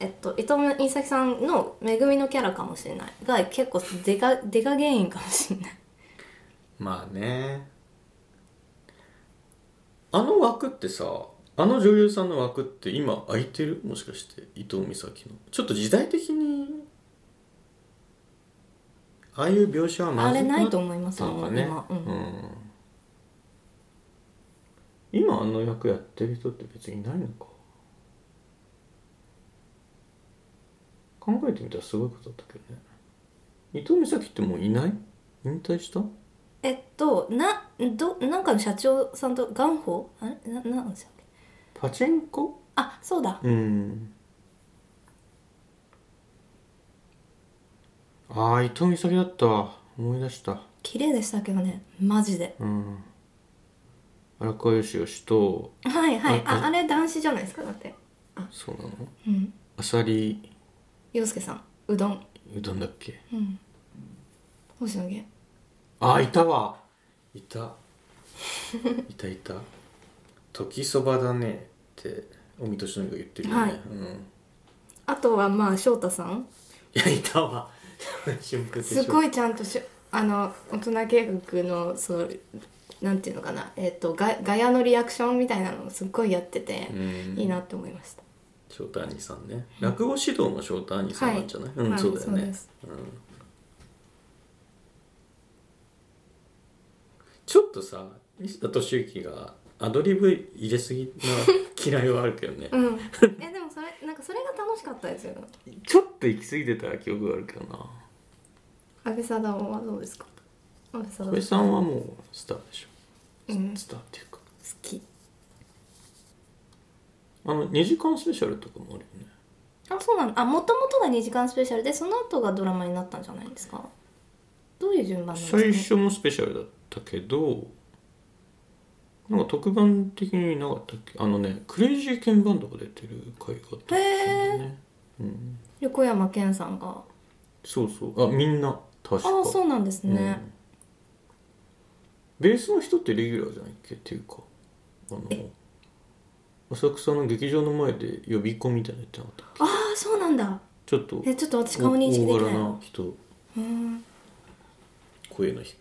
[SPEAKER 1] えっと伊藤美咲さんの「めぐみ」のキャラかもしれないが結構デカデカ原因かもしれない
[SPEAKER 2] まあねあの枠ってさあの女優さんの枠って今空いてるもしかして伊藤美咲のちょっと時代的にああいう描写はま
[SPEAKER 1] あ
[SPEAKER 2] ず
[SPEAKER 1] れ
[SPEAKER 2] くな
[SPEAKER 1] ない
[SPEAKER 2] っ
[SPEAKER 1] と思います
[SPEAKER 2] なんかね
[SPEAKER 1] 今、うん
[SPEAKER 2] うん今あの役やってる人って別にいないのか考えてみたらすごいことだったけどね伊藤美咲ってもういない引退した
[SPEAKER 1] えっとなどなんかの社長さんとガンホあれななんでしたっけ
[SPEAKER 2] パチンコ
[SPEAKER 1] あそうだ
[SPEAKER 2] うんああ伊藤美咲だったわ思い出した
[SPEAKER 1] 綺麗でしたけどねマジで
[SPEAKER 2] うん荒川よしよしと
[SPEAKER 1] はいはい
[SPEAKER 2] うん
[SPEAKER 1] ああれ男子じゃないですかだって
[SPEAKER 2] そうなの
[SPEAKER 1] うん
[SPEAKER 2] あさり
[SPEAKER 1] 洋介さんうどん
[SPEAKER 2] うどんだっけ
[SPEAKER 1] うん星野源
[SPEAKER 2] あいたわいた いたいた時そばだねっておみとしのりが言ってるよね、
[SPEAKER 1] はい
[SPEAKER 2] うん、
[SPEAKER 1] あとはまあ翔太さん
[SPEAKER 2] いやいたわ 瞬間的に
[SPEAKER 1] すごいちゃんとしあの大人計画のそうなんていうのかな、えっとガガヤのリアクションみたいなのをすっごいやってて、
[SPEAKER 2] うん
[SPEAKER 1] いいなって思いました。
[SPEAKER 2] 翔太兄さんね落語指導も翔太兄さんなんじゃない、
[SPEAKER 1] はい
[SPEAKER 2] うん、
[SPEAKER 1] はい
[SPEAKER 2] そうだよ
[SPEAKER 1] そうで
[SPEAKER 2] ね
[SPEAKER 1] す、
[SPEAKER 2] うん、ちょっとさ西田敏行がアドリブ入れすぎな嫌いはあるけどね、
[SPEAKER 1] うん、えでもそれなんかそれが楽しかったですよ。
[SPEAKER 2] ちょっと行き過ぎてた記憶があるけどな
[SPEAKER 1] 安倍サダヲはどうですか。安倍サダヲ
[SPEAKER 2] 小林
[SPEAKER 1] 好
[SPEAKER 2] さんはもうスターでしょ、
[SPEAKER 1] うん
[SPEAKER 2] スターっていうか
[SPEAKER 1] き。
[SPEAKER 2] あの2時間スペシャルとかもあるよね
[SPEAKER 1] あそうなんあもともとが2時間スペシャルでその後がドラマになったんじゃないですかどういう順番なんですか、ね、
[SPEAKER 2] 最初もスペシャルだったけどなんか特番的になかったっけあのねクレイジーケンバンドが出てる回があったんだよね、うん、
[SPEAKER 1] 横山健さんが
[SPEAKER 2] そうそうあみんな確か
[SPEAKER 1] ああそうなんですね、
[SPEAKER 2] うんベースの人ってレギュラーじゃないっけっていうかあの浅草の劇場の前で呼び込みみたいなのやってなかったっけ
[SPEAKER 1] ああそうなんだ
[SPEAKER 2] ちょっと
[SPEAKER 1] えちょっと私顔認識でき
[SPEAKER 2] 大
[SPEAKER 1] な
[SPEAKER 2] 柄
[SPEAKER 1] い
[SPEAKER 2] な人
[SPEAKER 1] うん
[SPEAKER 2] 声の低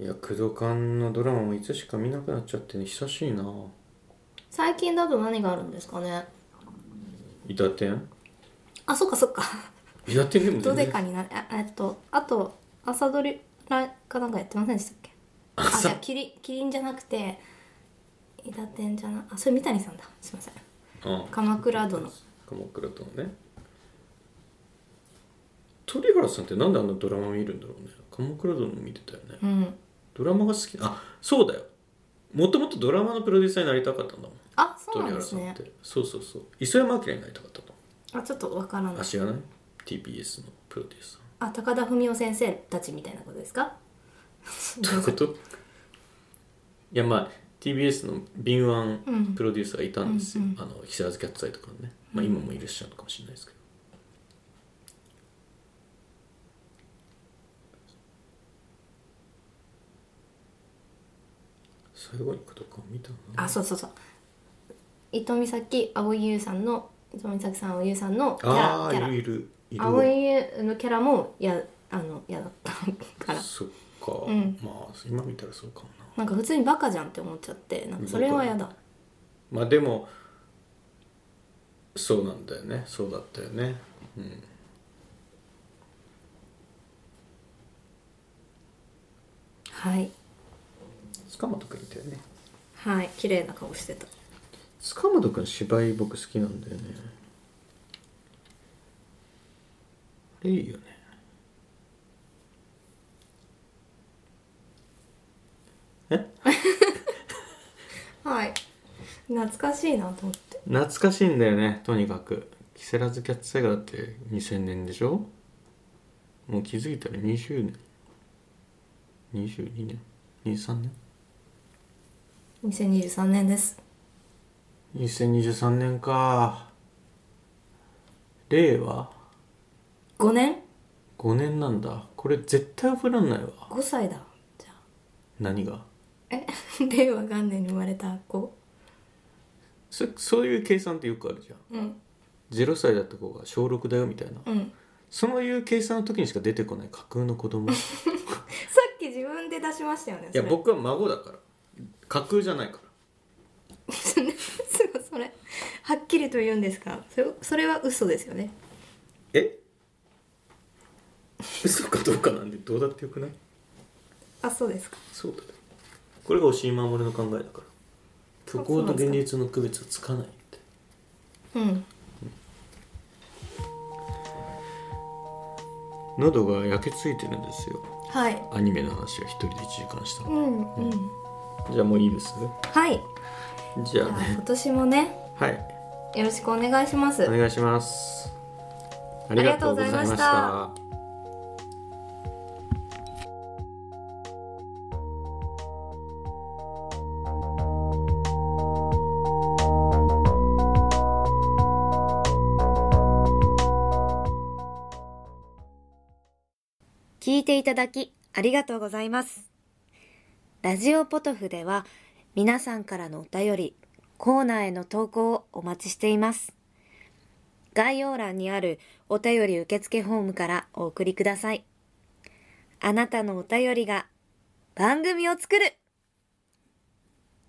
[SPEAKER 2] いいや工藤館のドラマもいつしか見なくなっちゃってね久しいな
[SPEAKER 1] 最近だと何があるんですかね
[SPEAKER 2] 伊達天
[SPEAKER 1] あそっかそっか
[SPEAKER 2] 伊達天でも
[SPEAKER 1] ど
[SPEAKER 2] 全
[SPEAKER 1] で
[SPEAKER 2] 然
[SPEAKER 1] かになあえっとあと朝ドリラかなんかやってませんでしたっけあじゃあキリキリンじゃなくて伊達天じゃなあそれ三谷さんだすいません
[SPEAKER 2] ああ
[SPEAKER 1] 鎌倉殿
[SPEAKER 2] 鎌倉殿ね鳥原さんってなんであんなドラマ見るんだろうね鎌倉殿見てたよね
[SPEAKER 1] うん
[SPEAKER 2] ドラマが好きあそうだよもともとドラマのプロデューサーになりたかったんだもん
[SPEAKER 1] あそうな
[SPEAKER 2] 鳥
[SPEAKER 1] ん
[SPEAKER 2] 原
[SPEAKER 1] です
[SPEAKER 2] さん
[SPEAKER 1] ね
[SPEAKER 2] ってそうそうそう磯山明になりたかったと
[SPEAKER 1] あちょっとわからない
[SPEAKER 2] 足がない TBS のプロデュー サー
[SPEAKER 1] あ高田文夫先生たちみたいなことですか
[SPEAKER 2] どういうこといやまあ TBS の敏
[SPEAKER 1] うん
[SPEAKER 2] 腕プロデューサーがいたんですよ、
[SPEAKER 1] うんうん
[SPEAKER 2] あの木更津キャッツアイとかのね、まあ、今もいらっしゃるのかもしれないですけど、最後にことか見たな
[SPEAKER 1] あそうそうそう伊藤美咲蒼井優さんの伊藤美咲さん蒼井優さんのキャ
[SPEAKER 2] あ
[SPEAKER 1] ラ
[SPEAKER 2] あ
[SPEAKER 1] キ
[SPEAKER 2] い
[SPEAKER 1] ャラ
[SPEAKER 2] るいるいる
[SPEAKER 1] 蒼井優のキャラもやあの嫌だ ったから
[SPEAKER 2] そっか、
[SPEAKER 1] ん
[SPEAKER 2] まあ今見たらそうかも
[SPEAKER 1] な
[SPEAKER 2] な
[SPEAKER 1] んか普通にバカじゃんって思っちゃってなんかそれは嫌だ
[SPEAKER 2] まあでもそうなんだよねそうだったよねうん
[SPEAKER 1] はい
[SPEAKER 2] 塚本くんいたよね
[SPEAKER 1] はい綺麗な顔してた
[SPEAKER 2] 塚本くん芝居僕好きなんだよねあれいいよねえ
[SPEAKER 1] はい懐かしいなと思って
[SPEAKER 2] 懐かしいんだよねとにかくキセラズキャッツ映画だって2000年でしょもう気づいたら20年22年23年
[SPEAKER 1] 2023年です
[SPEAKER 2] 2023年か令和
[SPEAKER 1] 5年
[SPEAKER 2] 5年なんだこれ絶対振らんないわ
[SPEAKER 1] 5歳だじゃ
[SPEAKER 2] 何が
[SPEAKER 1] あえ 令和元年に生まれた子
[SPEAKER 2] そそういう計算ってよくあるじゃん
[SPEAKER 1] うん
[SPEAKER 2] 0歳だった子が小6だよみたいな、
[SPEAKER 1] うん
[SPEAKER 2] そういう計算の時にしか出てこない架空の 子供い
[SPEAKER 1] さっき自分で出しましたよねそれ
[SPEAKER 2] や 僕は孫だから架空じゃないから
[SPEAKER 1] すごいそれはっきりと言うんですかそれそれは嘘ですよね
[SPEAKER 2] え嘘かどうかなんでどうだってよくない
[SPEAKER 1] あそうですか
[SPEAKER 2] そうだよこれが押井守の考えだから虚構と現実の区別はつかないって
[SPEAKER 1] うん
[SPEAKER 2] 喉が焼けついてるんですよ
[SPEAKER 1] はい
[SPEAKER 2] アニメの話は一人で1時間した
[SPEAKER 1] う
[SPEAKER 2] の、
[SPEAKER 1] んうん
[SPEAKER 2] じゃあもういいです
[SPEAKER 1] はい
[SPEAKER 2] じ
[SPEAKER 1] じ
[SPEAKER 2] ゃ
[SPEAKER 1] ゃ
[SPEAKER 2] あ
[SPEAKER 1] あ
[SPEAKER 2] ね
[SPEAKER 1] 今年もね
[SPEAKER 2] はい
[SPEAKER 1] よろしくお願いします
[SPEAKER 2] お願いしますあ
[SPEAKER 1] りがとうございました
[SPEAKER 2] りがとうご
[SPEAKER 3] 聞いていただきありがとうございます。ラジオポトフでは皆さんからのお便り、コーナーへの投稿をお待ちしています。概要欄にあるお便り受付フォームからお送りください。あなたのお便りが番組を作る